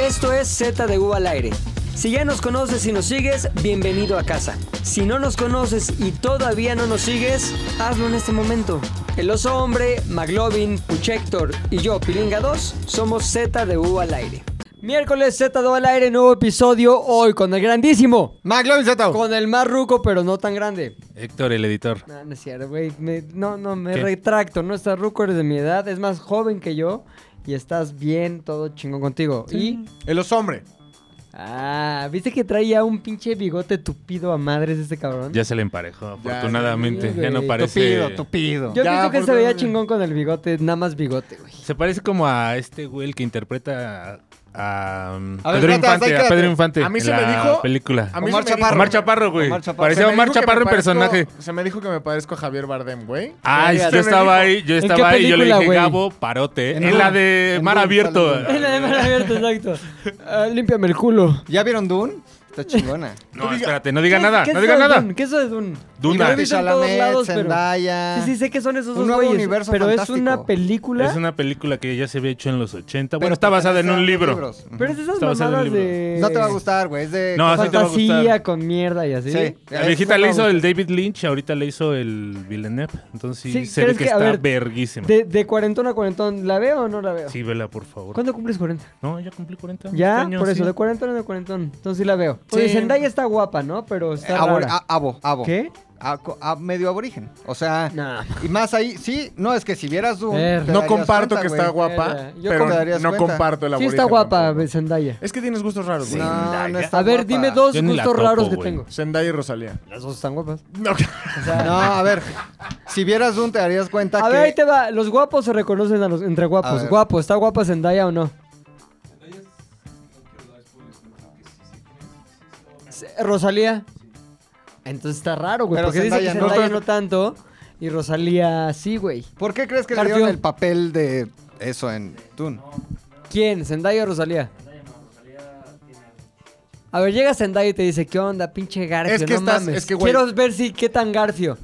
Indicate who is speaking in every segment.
Speaker 1: Esto es Z de U al aire. Si ya nos conoces y nos sigues, bienvenido a casa. Si no nos conoces y todavía no nos sigues, hazlo en este momento. El oso hombre, Maglovin, Puchector y yo, Pilinga 2, somos Z de U al aire. Miércoles Z de U al aire, nuevo episodio hoy con el grandísimo.
Speaker 2: McLovin Zeto.
Speaker 1: Con el más ruco, pero no tan grande.
Speaker 3: Héctor, el editor.
Speaker 1: No, no es cierto, güey. Me- no, no, me
Speaker 3: ¿Qué?
Speaker 1: retracto. No estás ruco, eres de mi edad. Es más joven que yo. Y estás bien, todo chingón contigo. Y.
Speaker 2: El los hombre.
Speaker 1: Ah, ¿viste que traía un pinche bigote tupido a madres este cabrón?
Speaker 3: Ya se le emparejó,
Speaker 2: Ya,
Speaker 3: afortunadamente.
Speaker 1: sí,
Speaker 3: Ya, no
Speaker 1: güey.
Speaker 3: parece.
Speaker 2: tupido.
Speaker 1: Yo
Speaker 2: Ya,
Speaker 1: pienso que
Speaker 2: por
Speaker 1: se veía
Speaker 2: favor.
Speaker 1: chingón con el bigote, nada más bigote, güey.
Speaker 3: Se parece como a este güey el que interpreta a, um,
Speaker 2: A ver,
Speaker 3: Pedro
Speaker 2: espérate,
Speaker 3: Infante.
Speaker 2: espérate.
Speaker 3: A Pedro Infante.
Speaker 2: A mí
Speaker 3: en
Speaker 2: se me
Speaker 3: la
Speaker 2: dijo-
Speaker 3: película.
Speaker 2: a mí
Speaker 3: Omar
Speaker 2: se me dijo-
Speaker 3: Omar Chaparro, güey.
Speaker 2: Omar Chaparro.
Speaker 3: Parecía
Speaker 2: Se me
Speaker 3: Omar
Speaker 2: dijo que
Speaker 3: Chaparro
Speaker 2: me
Speaker 3: en
Speaker 2: parezco-
Speaker 3: personaje.
Speaker 2: Se me dijo que me parezco a Javier Bardem, güey.
Speaker 3: Ay,
Speaker 1: Verga,
Speaker 3: yo
Speaker 1: se
Speaker 2: me
Speaker 3: estaba
Speaker 2: dijo.
Speaker 3: ahí, yo
Speaker 1: ¿En qué
Speaker 3: estaba ahí, yo le
Speaker 1: película,
Speaker 3: dije,
Speaker 1: güey?
Speaker 3: Gabo, parote.
Speaker 2: En
Speaker 3: En la
Speaker 2: Dune,
Speaker 3: de
Speaker 2: en
Speaker 3: Mar
Speaker 2: Dune
Speaker 3: Abierto.
Speaker 2: sale
Speaker 1: la de mar abierto, exacto. Ah, límpiame el culo.
Speaker 4: ¿Ya vieron Dune? Está chingona.
Speaker 3: No,
Speaker 2: diga-
Speaker 3: espérate, no diga
Speaker 1: ¿Qué-
Speaker 3: nada,
Speaker 1: qué es
Speaker 3: no diga
Speaker 1: eso de
Speaker 3: nada.
Speaker 1: Dune? ¿Qué es eso de Dune?
Speaker 3: Duna.
Speaker 1: Yo lo he visto en todos
Speaker 4: Chalamet,
Speaker 1: lados, pero-
Speaker 4: Zendaya.
Speaker 1: Sí, sí, sé que son esos
Speaker 4: Un
Speaker 1: dos
Speaker 4: nuevo
Speaker 1: güeyes,
Speaker 4: universo
Speaker 1: pero es
Speaker 4: fantástico.
Speaker 1: una película.
Speaker 3: Ah. Es una película que ya se había hecho en los 80. Bueno,
Speaker 4: Pero
Speaker 3: está basada en un
Speaker 4: pertenece a
Speaker 3: libro.
Speaker 4: libros. Ujú.
Speaker 1: Pero eh, es esas
Speaker 3: Está basado en
Speaker 1: mamadas
Speaker 3: un libro.
Speaker 1: de
Speaker 4: No te va a gustar, güey. Es de.
Speaker 3: No, Ah, sí te va a
Speaker 1: fantasía
Speaker 3: gustar.
Speaker 1: con mierda y así.
Speaker 4: Sí.
Speaker 3: La
Speaker 4: Eso
Speaker 3: viejita
Speaker 4: no
Speaker 3: le
Speaker 4: me
Speaker 3: hizo
Speaker 4: gusta.
Speaker 3: el David Lynch, ahorita le hizo el Villeneuve. Entonces sí,
Speaker 1: Sí,
Speaker 3: se ve
Speaker 1: ¿crees
Speaker 3: que
Speaker 1: que- a
Speaker 3: está
Speaker 1: ver,
Speaker 3: verguísima.
Speaker 1: De, de cuarentón a cuarentón, ¿la veo o no la veo?
Speaker 3: Sí, vela, por favor.
Speaker 1: ¿Cuándo cumples 40?
Speaker 3: No, ya cumplí 40.
Speaker 1: Ya,
Speaker 3: este año,
Speaker 1: por eso,
Speaker 3: sí.
Speaker 1: de cuarentón a de cuarentón. Entonces sí la veo. Oye,
Speaker 4: Sí.
Speaker 1: Zendaya está guapa, ¿no? Pero está
Speaker 4: Abor-
Speaker 1: rara.
Speaker 4: a- abo, abo.
Speaker 1: ¿Qué?
Speaker 4: A- co- a- medio aborigen. O sea.
Speaker 1: Nah.
Speaker 4: Y más ahí, sí, no, es que si vieras Dune.
Speaker 1: Verga.
Speaker 4: te
Speaker 2: No
Speaker 4: darías
Speaker 2: comparto
Speaker 4: cuenta,
Speaker 2: que
Speaker 4: güey.
Speaker 2: está guapa,
Speaker 1: Era- Eh, yo
Speaker 2: pero
Speaker 4: te darías
Speaker 2: no
Speaker 4: cuenta.
Speaker 2: comparto el
Speaker 1: Sí
Speaker 2: aborigen
Speaker 1: está guapa
Speaker 2: tampoco.
Speaker 1: Zendaya.
Speaker 2: Es que tienes gustos raros, güey.
Speaker 4: No, no está
Speaker 1: A ver,
Speaker 4: guapa.
Speaker 1: dime dos
Speaker 3: Yo ni la
Speaker 1: gustos
Speaker 3: topo,
Speaker 1: raros que
Speaker 3: güey.
Speaker 1: tengo.
Speaker 2: Zendaya y Rosalía.
Speaker 1: Las dos están guapas.
Speaker 2: No.
Speaker 4: No, a ver. Si vieras Dune, te darías cuenta
Speaker 1: A
Speaker 4: que.
Speaker 1: ver, ahí te va. Los guapos se reconocen a los, entre
Speaker 4: A
Speaker 1: guapos.
Speaker 4: ver.
Speaker 1: Guapo, ¿está guapa Zendaya o no? Se- Eh, Rosalía. Entonces está raro, güey.
Speaker 4: Pero
Speaker 1: Porque dice que
Speaker 4: Zendaya no.
Speaker 1: Zendaya no tanto y Rosalía sí, güey.
Speaker 4: ¿Por qué crees que le
Speaker 1: Carpio.
Speaker 4: dieron el papel de eso en Dune?
Speaker 1: ¿Quién? ¿Zendaya o Rosalía? A ver, llega Zendaya y te dice, ¿qué onda, pinche Garfio?
Speaker 2: Es que
Speaker 1: no
Speaker 2: estás-
Speaker 1: mames.
Speaker 2: es que, güey-
Speaker 1: Quiero ver si qué tan Garfio.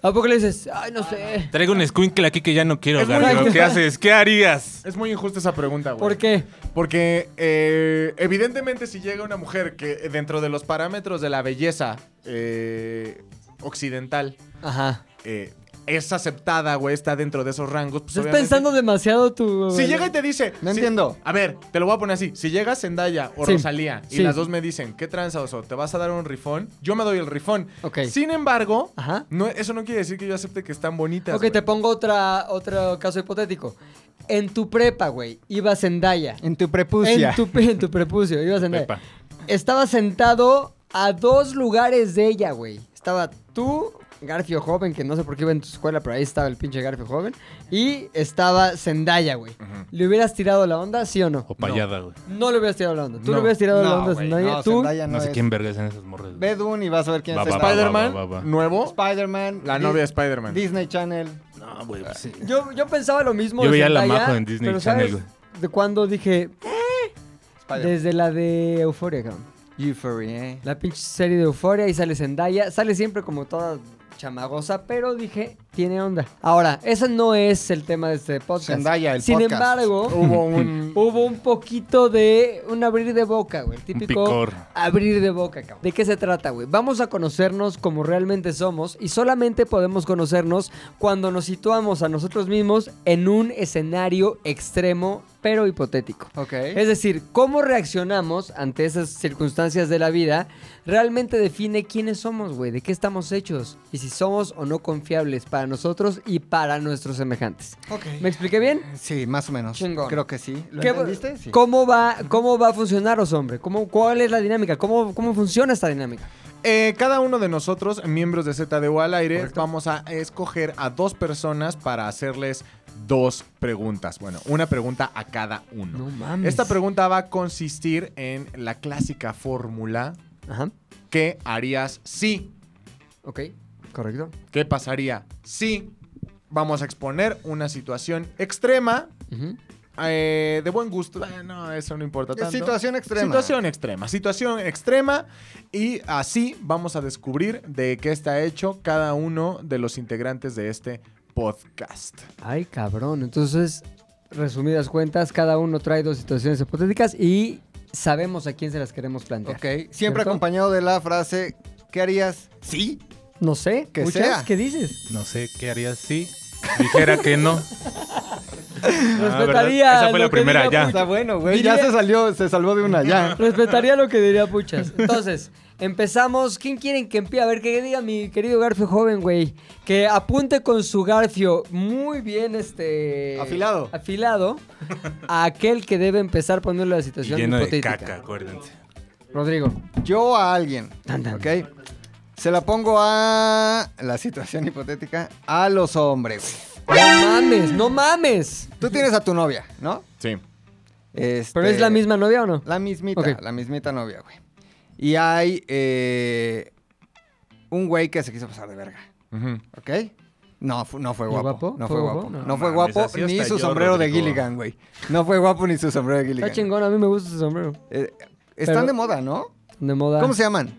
Speaker 1: ¿A poco le dices? Ay, no sé.
Speaker 3: Traigo un squinkle aquí que ya no quiero,
Speaker 2: Es muy
Speaker 3: Garfio.
Speaker 1: injusto.
Speaker 3: ¿Qué haces? ¿Qué harías?
Speaker 2: Es muy injusta esa pregunta, güey.
Speaker 1: ¿Por qué?
Speaker 2: Porque eh, evidentemente si llega una mujer que eh, dentro de los parámetros de la belleza eh, occidental
Speaker 1: Ajá.
Speaker 2: eh, es aceptada, güey, está dentro de esos rangos. Pues
Speaker 1: Estás
Speaker 2: obviamente-
Speaker 1: pensando demasiado tu...
Speaker 2: Si llega y te dice...
Speaker 4: No
Speaker 2: si-
Speaker 4: entiendo.
Speaker 2: A ver, te lo voy a poner así. Si llega Zendaya o
Speaker 1: Sí.
Speaker 2: Rosalía y
Speaker 1: Sí.
Speaker 2: las dos me dicen, ¿qué tranza, oso? ¿Te vas a dar un rifón? Yo me doy el rifón.
Speaker 1: Ok.
Speaker 2: Sin embargo,
Speaker 1: Ajá.
Speaker 2: no, eso no quiere decir que yo acepte que están bonitas.
Speaker 1: Ok,
Speaker 2: güey.
Speaker 1: te pongo otra, otro caso hipotético. En tu prepa, güey, iba Zendaya.
Speaker 4: En tu prepucia.
Speaker 1: En tu, pe- en tu prepucio, iba Zendaya.
Speaker 3: Pepa.
Speaker 1: Estaba sentado a dos lugares de ella, güey. Estaba tú, Garfio Joven, que no sé por qué iba en tu escuela, pero ahí estaba el pinche Garfio Joven. Y estaba Zendaya, güey. ¿Le hubieras tirado la onda, sí o no?
Speaker 3: O payada, güey.
Speaker 1: No le hubieras tirado la onda. Tú
Speaker 2: No.
Speaker 1: le hubieras tirado la
Speaker 4: No,
Speaker 1: onda a
Speaker 4: güey,
Speaker 1: Zendaya.
Speaker 4: no,
Speaker 1: Tú,
Speaker 4: Zendaya
Speaker 3: No,
Speaker 4: no
Speaker 3: sé
Speaker 4: es.
Speaker 3: quién vergas en esas morras. güey.
Speaker 4: Ve Dune y vas a ver quién
Speaker 3: Va,
Speaker 4: es
Speaker 3: va,
Speaker 4: Spider-
Speaker 2: Spider-Man
Speaker 3: Va, va, va, va.
Speaker 2: nuevo.
Speaker 4: Spider-Man.
Speaker 2: La
Speaker 4: Di-
Speaker 2: novia de Spider-Man.
Speaker 4: Disney Channel.
Speaker 3: No, güey, pues sí.
Speaker 1: yo, yo pensaba lo mismo.
Speaker 3: Yo
Speaker 1: de
Speaker 3: veía la
Speaker 1: Zendaya,
Speaker 3: Majo en Disney
Speaker 1: pero
Speaker 3: Channel,
Speaker 1: ¿sabes
Speaker 3: güey.
Speaker 1: De cuando dije,
Speaker 4: Spider-
Speaker 1: Desde la de Euforia, cabrón.
Speaker 4: Euphoria, eh.
Speaker 1: La pinche serie de Euforia y sale Zendaya. Sale siempre como toda chamagosa, pero dije, tiene onda. Ahora, ese no es el tema de este podcast.
Speaker 4: Zendaya, el
Speaker 1: Sin
Speaker 4: podcast.
Speaker 1: embargo,
Speaker 2: Hubo un...
Speaker 1: hubo un poquito de un abrir de boca, güey. El
Speaker 3: Un
Speaker 1: típico
Speaker 3: picor.
Speaker 1: abrir de boca, cabrón. ¿De qué se trata, güey? Vamos a conocernos como realmente somos y solamente podemos conocernos cuando nos situamos a nosotros mismos en un escenario extremo, pero hipotético.
Speaker 4: Ok.
Speaker 1: Es decir, cómo reaccionamos ante esas circunstancias de la vida realmente define quiénes somos, güey, de qué estamos hechos y si somos o no confiables para nosotros y para nuestros semejantes.
Speaker 4: Ok.
Speaker 1: ¿Me expliqué bien?
Speaker 4: Sí, más o menos.
Speaker 1: Chingón.
Speaker 4: Creo que sí. ¿Lo
Speaker 1: ¿Qué-
Speaker 4: entendiste? Sí.
Speaker 1: ¿Cómo, va, ¿Cómo va a funcionaros, hombre? ¿Cómo, ¿Cuál es la dinámica? ¿Cómo, ¿Cómo funciona esta dinámica?
Speaker 2: Eh, cada uno de nosotros, miembros de ZDU al aire,
Speaker 1: Correcto.
Speaker 2: vamos a escoger a dos personas para hacerles dos preguntas. Bueno, una pregunta a cada uno.
Speaker 1: mames.
Speaker 2: Esta pregunta va a consistir en la clásica fórmula
Speaker 1: Ajá.
Speaker 2: ¿Qué harías si?
Speaker 1: Ok. Correcto.
Speaker 2: ¿Qué pasaría si? Vamos a exponer una situación extrema
Speaker 1: Ujú.
Speaker 2: eh, de buen gusto. Eh, no, eso no importa tanto.
Speaker 4: Situación extrema.
Speaker 2: Situación extrema, situación extrema y así vamos a descubrir de qué está hecho cada uno de los integrantes de este podcast.
Speaker 1: Ay, cabrón. Entonces, resumidas cuentas, cada uno trae dos situaciones hipotéticas y sabemos a quién se las queremos plantear.
Speaker 4: Ok. Siempre
Speaker 1: ¿Cierto?
Speaker 4: acompañado de la frase, ¿qué harías? Sí.
Speaker 1: No sé,
Speaker 4: Que
Speaker 1: muchas,
Speaker 4: sea.
Speaker 1: ¿qué dices?
Speaker 3: No sé qué haría si dijera que no. Ah,
Speaker 1: Respetaría.
Speaker 3: Esa fue
Speaker 1: lo
Speaker 3: la
Speaker 1: que
Speaker 3: primera,
Speaker 1: diga pues,
Speaker 3: ya.
Speaker 1: Puchas.
Speaker 4: Está bueno, güey. Ya
Speaker 1: Diría-
Speaker 4: se salió, se salvó de una, ya.
Speaker 1: Respetaría lo que diría Puchas. Entonces, empezamos. ¿Quién quieren que empiece? A ver, que diga mi querido Garfio joven, güey. Que apunte con su Garfio muy bien, este...
Speaker 4: Afilado.
Speaker 1: Afilado. A aquel que debe empezar poniendo la situación
Speaker 3: Lleno de
Speaker 1: hipotética.
Speaker 3: caca, acuérdense.
Speaker 1: Rodrigo.
Speaker 4: Yo a alguien,
Speaker 1: Tan, tan.
Speaker 4: ¿ok? Se la pongo a la situación hipotética, a los hombres.
Speaker 1: No mames, no mames.
Speaker 4: güey. Tú tienes a tu novia, ¿no?
Speaker 2: Sí.
Speaker 4: Este-
Speaker 1: ¿Pero es la misma novia o no?
Speaker 4: La mismita,
Speaker 1: Ok.
Speaker 4: la mismita novia, güey. Y hay eh, un güey que se quiso pasar de verga,
Speaker 2: Ujú.
Speaker 4: ¿ok? No, fu- no fue
Speaker 1: ¿Ni
Speaker 4: guapo,
Speaker 1: guapo?
Speaker 4: No fue guapo. No, fue
Speaker 3: mames,
Speaker 4: guapo
Speaker 3: así
Speaker 4: ni
Speaker 3: hasta
Speaker 4: su
Speaker 3: yo,
Speaker 4: sombrero de
Speaker 3: Rodrigo.
Speaker 4: Gilligan, güey. No fue guapo ni su sombrero de
Speaker 1: Está
Speaker 4: Gilligan.
Speaker 1: chingón, a mí me gusta ese sombrero.
Speaker 4: Eh, están
Speaker 1: Pero-
Speaker 4: de moda, ¿no?
Speaker 1: De moda.
Speaker 4: ¿Cómo se llaman?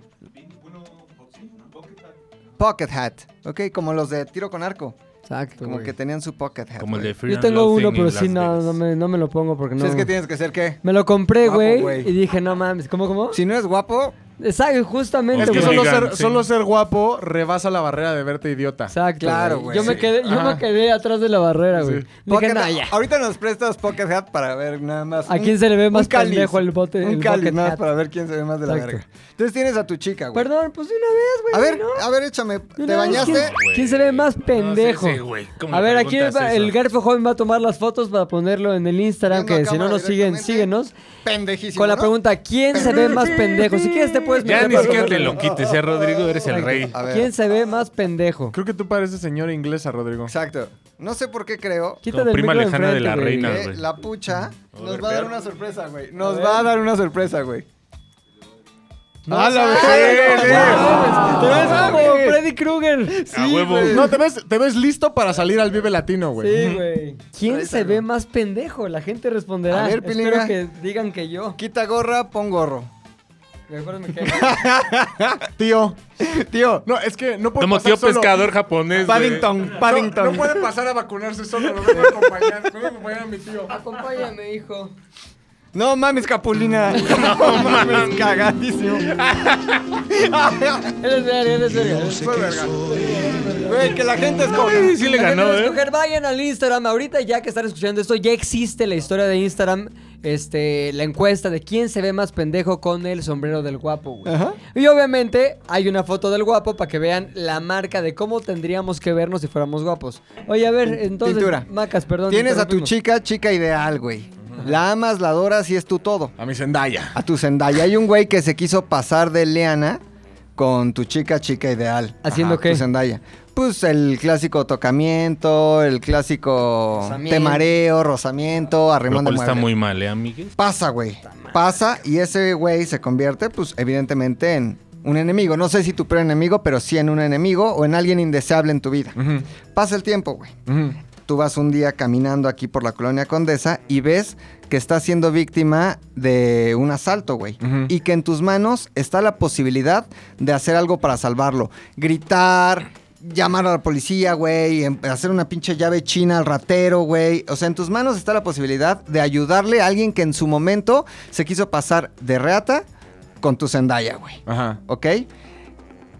Speaker 4: Pocket hat, ok, como los de tiro con arco.
Speaker 1: Exacto,
Speaker 4: Como
Speaker 1: güey.
Speaker 4: que tenían su pocket hat.
Speaker 3: Como el de
Speaker 4: güey.
Speaker 3: Fear
Speaker 1: Yo
Speaker 3: and
Speaker 1: tengo
Speaker 3: Loathing
Speaker 1: uno,
Speaker 3: en
Speaker 1: pero
Speaker 3: Las
Speaker 1: sí, no,
Speaker 3: Vegas.
Speaker 1: no me, no me lo pongo porque no...
Speaker 4: ¿Sabes qué tienes que ser qué?
Speaker 1: Me lo compré,
Speaker 4: Guapo,
Speaker 1: güey,
Speaker 4: güey.
Speaker 1: y dije, no mames, ¿cómo, cómo?
Speaker 4: Si no eres guapo,
Speaker 1: Exacto, justamente,
Speaker 2: Es que
Speaker 1: güey.
Speaker 2: solo
Speaker 3: Digan,
Speaker 2: ser,
Speaker 3: sí.
Speaker 2: solo ser guapo rebasa la barrera de verte idiota.
Speaker 1: Exacto.
Speaker 4: Claro, güey.
Speaker 1: Yo, me
Speaker 4: Sí.
Speaker 1: quedé, yo me
Speaker 2: Ajá.
Speaker 1: quedé atrás de la barrera, güey.
Speaker 2: Sí.
Speaker 1: Dije,
Speaker 4: pocket
Speaker 1: no,
Speaker 4: hat-
Speaker 1: ya.
Speaker 4: ahorita nos prestas pocket hat para ver nada más.
Speaker 1: ¿A
Speaker 4: un-
Speaker 1: quién se le ve
Speaker 4: un
Speaker 1: más
Speaker 4: cáliz,
Speaker 1: pendejo el bote?
Speaker 4: Un
Speaker 1: el
Speaker 4: cáliz
Speaker 1: bucket
Speaker 4: nada más
Speaker 1: hat?
Speaker 4: para ver quién se ve más de la
Speaker 1: Exacto.
Speaker 4: verga. Entonces tienes a tu chica, güey.
Speaker 1: Perdón, pues de una vez, güey.
Speaker 4: A ver,
Speaker 1: ¿no?
Speaker 4: a ver, échame.
Speaker 1: De
Speaker 4: ¿Te
Speaker 1: una vez,
Speaker 4: bañaste?
Speaker 1: ¿quién- ¿Quién se ve más pendejo?
Speaker 3: sí, güey, ¿cómo
Speaker 1: a
Speaker 3: le
Speaker 1: ver, aquí el,
Speaker 3: preguntas
Speaker 1: el
Speaker 3: eso?
Speaker 1: Garfo Joven va a tomar las fotos para ponerlo en el Instagram,
Speaker 4: Viendo a
Speaker 1: que si no
Speaker 4: cámara
Speaker 1: nos siguen,
Speaker 4: directamente.
Speaker 1: síguenos.
Speaker 4: Pendejísimo.
Speaker 1: Con la
Speaker 4: ¿no?
Speaker 1: pregunta, ¿quién se ve más pendejo? Si quieres te puedes
Speaker 3: Ya
Speaker 1: meter
Speaker 3: ni
Speaker 1: para
Speaker 3: siquiera te
Speaker 1: comerlo.
Speaker 3: lo quites, ya Rodrigo, eres el rey.
Speaker 4: A ver.
Speaker 1: ¿Quién se ve más pendejo?
Speaker 2: Creo que tú pareces señora inglesa, Rodrigo.
Speaker 4: Exacto. No sé por qué creo
Speaker 1: Quítate el
Speaker 3: prima
Speaker 1: micro de
Speaker 3: lejana de la
Speaker 1: enfrente, güey.
Speaker 3: reina.
Speaker 4: que
Speaker 3: güey.
Speaker 4: la pucha nos va a dar una sorpresa, güey.
Speaker 1: A
Speaker 4: Nos
Speaker 1: ver.
Speaker 4: va a dar una sorpresa, güey.
Speaker 1: No,
Speaker 4: ¡A la
Speaker 1: no,
Speaker 4: vez!
Speaker 1: no,
Speaker 4: ¡Sí!
Speaker 1: no, Te ves
Speaker 4: ¡Ah,
Speaker 1: como
Speaker 4: güey!
Speaker 1: Freddy Krueger.
Speaker 3: A huevo.
Speaker 4: güey.
Speaker 2: No, te ves, te ves listo para salir al Vive Latino, güey.
Speaker 1: Sí, güey. ¿Quién se ve más pendejo? La gente responderá.
Speaker 4: A ver,
Speaker 1: Espero
Speaker 4: Pilinga.
Speaker 1: que digan que yo.
Speaker 4: Quita gorra, pon gorro.
Speaker 1: Mejor me
Speaker 2: Tío.
Speaker 4: Tío,
Speaker 2: No, es que no puede
Speaker 3: Como
Speaker 2: pasar
Speaker 3: tío
Speaker 2: solo.
Speaker 3: pescador japonés. güey.
Speaker 4: Paddington,
Speaker 2: No,
Speaker 4: Paddington.
Speaker 2: no puede pasar a vacunarse solo, lo vengo a acompañar. Vengo a acompañar a mi tío.
Speaker 1: Acompáñame, hijo.
Speaker 4: No mames, Capulina. No mames, cagadísimo.
Speaker 1: Eres verga, eres verga.
Speaker 4: Fue verga. Güey, que la gente escoja.
Speaker 3: Ay, sí le
Speaker 1: La gente
Speaker 3: ganó,
Speaker 1: va a
Speaker 3: ¿eh?
Speaker 1: escoger. Vayan al Instagram. Ahorita ya que están escuchando esto, ya existe la historia de Instagram. Este, la encuesta de quién se ve más pendejo con el sombrero del guapo, güey.
Speaker 4: Ajá.
Speaker 1: Y obviamente hay una foto del guapo para que vean la marca de cómo tendríamos que vernos si fuéramos guapos. Oye, a ver, entonces.
Speaker 4: Pintura.
Speaker 1: Macas, perdón.
Speaker 4: Tienes a tu
Speaker 1: interrumpimos.
Speaker 4: chica, chica ideal, güey. La amas, la adoras y es tu todo.
Speaker 2: A mi Zendaya.
Speaker 4: A tu Zendaya. Hay un güey que se quiso pasar de Leana con tu chica, chica ideal.
Speaker 1: ¿Haciendo qué?
Speaker 4: Tu Zendaya. Pues el clásico tocamiento, el clásico
Speaker 1: Rozamiento.
Speaker 4: temareo, rozamiento,
Speaker 3: Lo
Speaker 4: arremando
Speaker 3: cual
Speaker 4: el
Speaker 3: está
Speaker 4: mueble.
Speaker 3: muy mal, ¿eh, amigues?
Speaker 4: Pasa, güey. Pasa y ese güey se convierte, pues, evidentemente en un enemigo. No sé si tu peor enemigo, pero sí en un enemigo o en alguien indeseable en tu vida. Pasa el tiempo, güey. Tú vas un día caminando aquí por la colonia Condesa y ves que estás siendo víctima de un asalto, güey.
Speaker 2: Ujú.
Speaker 4: Y que en tus manos está la posibilidad de hacer algo para salvarlo. Gritar, llamar a la policía, güey, em- hacer una pinche llave china al ratero, güey. O sea, en tus manos está la posibilidad de ayudarle a alguien que en su momento se quiso pasar de reata con tu Zendaya, güey.
Speaker 2: Ajá.
Speaker 4: ¿ok?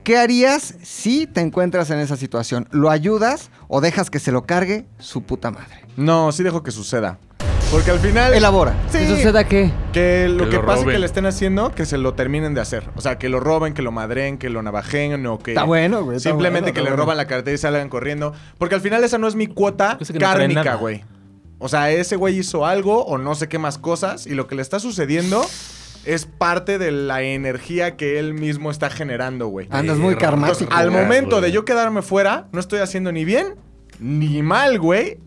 Speaker 4: ¿Qué harías si te encuentras en esa situación? ¿Lo ayudas o dejas que se lo cargue su puta madre?
Speaker 2: No, sí dejo que suceda. Porque al final.
Speaker 4: Elabora.
Speaker 1: ¿Que
Speaker 2: Sí.
Speaker 1: suceda qué?
Speaker 2: Que lo
Speaker 3: Que
Speaker 2: que,
Speaker 3: lo
Speaker 2: pase
Speaker 3: roben.
Speaker 2: que le estén haciendo, que se lo terminen de hacer. O sea, que lo roben, que lo madren, que lo navajen o que.
Speaker 4: Está bueno, güey. está
Speaker 2: Simplemente
Speaker 4: bueno,
Speaker 2: que
Speaker 4: está
Speaker 2: le
Speaker 4: bueno.
Speaker 2: roban la cartera y salgan corriendo. Porque al final esa no es mi cuota
Speaker 3: Cosa que no trae
Speaker 2: kármica,
Speaker 3: nada.
Speaker 2: güey. O sea, ese güey hizo algo o no sé qué más cosas y lo que le está sucediendo es parte de la energía que él mismo está generando, güey.
Speaker 4: Andas muy
Speaker 3: Verga,
Speaker 4: karmático.
Speaker 2: Entonces, al
Speaker 3: güey.
Speaker 2: momento de yo quedarme fuera, no estoy haciendo ni bien ni mal, güey.